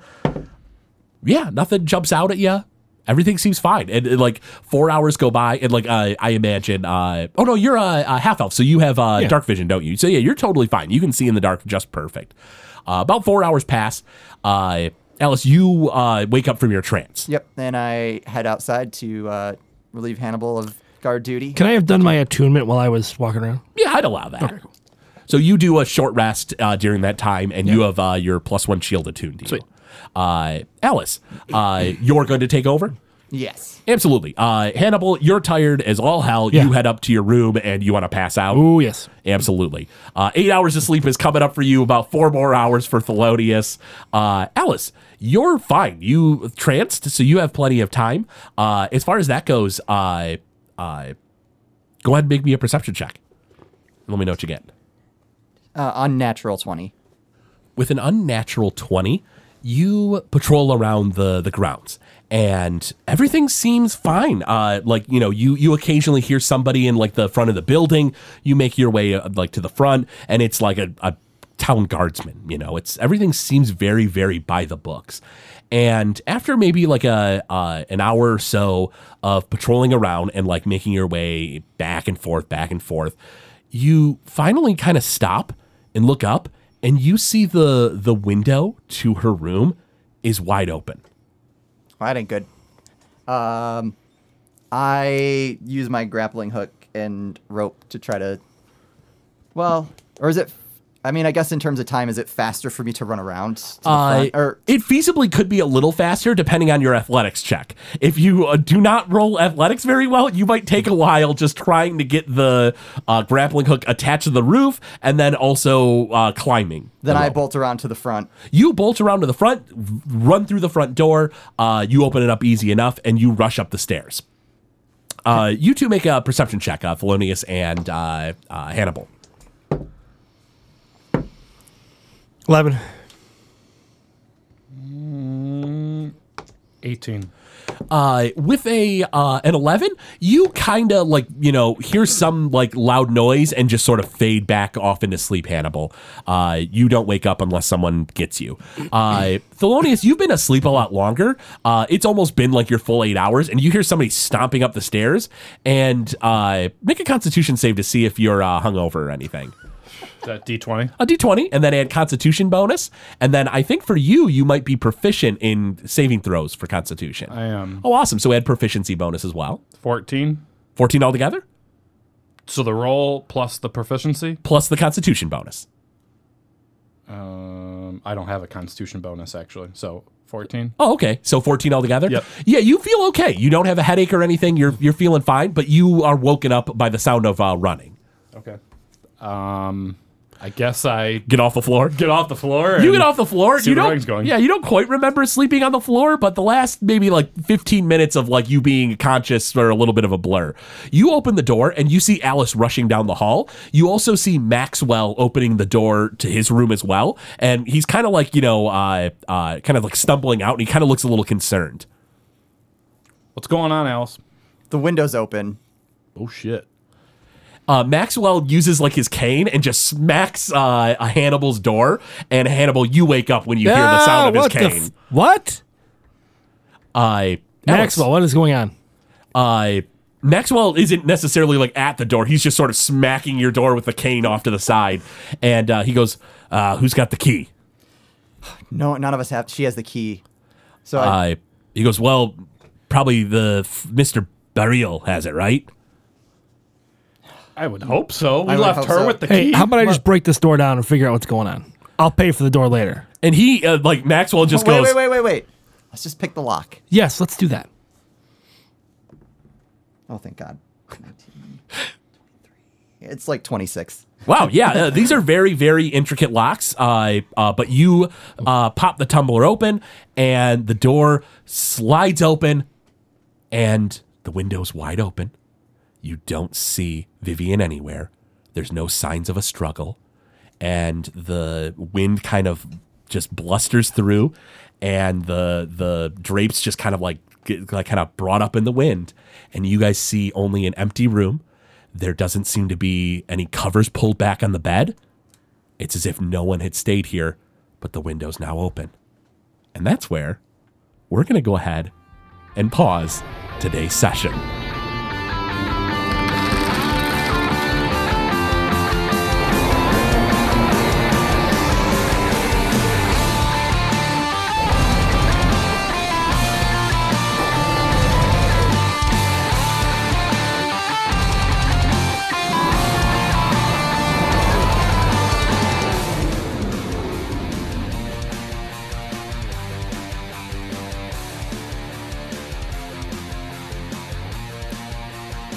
Speaker 1: Yeah, nothing jumps out at you. Everything seems fine. And, and, like four hours go by, and like uh, I imagine. Uh, oh no, you're a, a half elf, so you have uh, dark vision, don't you? So yeah, you're totally fine. You can see in the dark just perfect. Uh, about four hours pass. Uh, Alice, you uh, wake up from your trance.
Speaker 4: Yep. Then I head outside to uh, relieve Hannibal of guard duty.
Speaker 6: Can I have done my attunement while I was walking around?
Speaker 1: Yeah, I'd allow that. So you do a short rest uh, during that time, and you have uh, your plus one shield attuned to you. Uh, Alice, uh, you're going to take over.
Speaker 4: yes.
Speaker 1: Absolutely. Uh, Hannibal, you're tired as all hell.
Speaker 6: Yeah.
Speaker 1: You head up to your room and you want to pass out.
Speaker 6: Oh yes.
Speaker 1: Absolutely. Uh, eight hours of sleep is coming up for you, about four more hours for Thelonious. Uh, Alice, you're fine. You tranced, so you have plenty of time. Uh, as far as that goes, uh, uh, go ahead and make me a perception check. Let me know what you get.
Speaker 4: Uh, unnatural 20.
Speaker 1: with an unnatural 20, you patrol around the, the grounds and everything seems fine. Uh, like, you know, you, you occasionally hear somebody in like the front of the building, you make your way uh, like to the front and it's like a, a town guardsman, you know, it's everything seems very, very by the books. And after maybe like a uh, an hour or so of patrolling around and like making your way back and forth, back and forth, you finally kind of stop and look up and you see the the window to her room is wide open.
Speaker 4: Well, that ain't good. Um, I use my grappling hook and rope to try to. Well, or is it? I mean, I guess in terms of time, is it faster for me to run around? To the
Speaker 1: Uh,
Speaker 4: front? or
Speaker 1: it feasibly could be a little faster depending on your athletics check. If you uh, do not roll athletics very well, you might take a while just trying to get the uh, grappling hook attached to the roof and then also uh, climbing. the
Speaker 4: then I
Speaker 1: rope.
Speaker 4: bolt around to the front.
Speaker 1: You bolt around to the front, run through the front door. Uh, you open it up easy enough, and you rush up the stairs. Uh, you two make a perception check, uh, Thelonious and uh, uh, Hannibal.
Speaker 6: Eleven.
Speaker 3: 18.
Speaker 1: uh, with a uh, an eleven, you kind of like you know hear some like loud noise and just sort of fade back off into sleep. Hannibal, uh, you don't wake up unless someone gets you. Uh, Thelonious, you've been asleep a lot longer. Uh, it's almost been like your full eight hours, and you hear somebody stomping up the stairs. And uh, make a Constitution save to see if you're uh, hungover or anything
Speaker 3: Is that D20?
Speaker 1: a d20 and then add constitution bonus and then i think for you you might be proficient in saving throws for constitution i
Speaker 3: am.
Speaker 1: oh awesome so add proficiency bonus as well
Speaker 3: 14.
Speaker 1: 14 altogether
Speaker 3: So the roll plus the proficiency.
Speaker 1: plus the constitution bonus
Speaker 3: Um, I don't have a constitution bonus actually. So 14.
Speaker 1: oh okay so 14 altogether
Speaker 3: Yep.
Speaker 1: yeah you feel okay you don't have a headache or anything you're you're feeling fine but you are woken up by the sound of uh, running
Speaker 3: Okay. Um, I guess I
Speaker 1: Get off the floor.
Speaker 3: get off the floor.
Speaker 1: You
Speaker 3: and-
Speaker 1: get off the floor.
Speaker 3: see
Speaker 1: you
Speaker 3: where
Speaker 1: don't.
Speaker 3: Ryan's going.
Speaker 1: Yeah, you don't quite remember sleeping on the floor, but the last maybe like 15 minutes of like you being conscious are a little bit of a blur. You open the door and you see Alice rushing down the hall. You also see Maxwell opening the door to his room as well, and he's kind of like you know, uh, uh, kind of like stumbling out, and he kind of looks a little concerned.
Speaker 3: What's going on, Alice?
Speaker 4: The window's open.
Speaker 3: Oh shit.
Speaker 1: Uh, Maxwell uses like his cane and just smacks uh, a Hannibal's door, and Hannibal, you wake up when you hear the sound of his
Speaker 6: Ah, what the
Speaker 1: cane.
Speaker 6: f- what?
Speaker 1: uh, Alice.
Speaker 6: Maxwell, what is going on?
Speaker 1: uh, Maxwell isn't necessarily like at the door. He's just sort of smacking your door with the cane off to the side, and uh, he goes, uh, "Who's got the key?"
Speaker 4: No, none of us have. She has the key. So I,
Speaker 1: Uh, he goes, "Well, probably the f- Mister Baril has it, right?"
Speaker 3: I would hope so. We
Speaker 4: I would
Speaker 3: left
Speaker 4: hope
Speaker 3: her
Speaker 4: so.
Speaker 3: with the
Speaker 6: Hey,
Speaker 3: key.
Speaker 6: how about I just break this door down and figure out what's going on? I'll pay for the door later.
Speaker 1: And he, uh, like Maxwell, just
Speaker 4: Oh, wait,
Speaker 1: goes,
Speaker 4: wait, wait, wait, wait. Let's just pick the lock.
Speaker 6: Yes, let's do that.
Speaker 4: Oh, thank God. 19, It's like 26.
Speaker 1: Wow, yeah, uh, these are very, very intricate locks. Uh, uh, but you uh, pop the tumbler open, and the door slides open, and the window's wide open. You don't see Vivian anywhere. There's no signs of a struggle, and the wind kind of just blusters through, and the the drapes just kind of like get, like kind of brought up in the wind, and you guys see only an empty room. There doesn't seem to be any covers pulled back on the bed. It's as if no one had stayed here, but the window's now open. And that's where we're going to go ahead and pause today's session.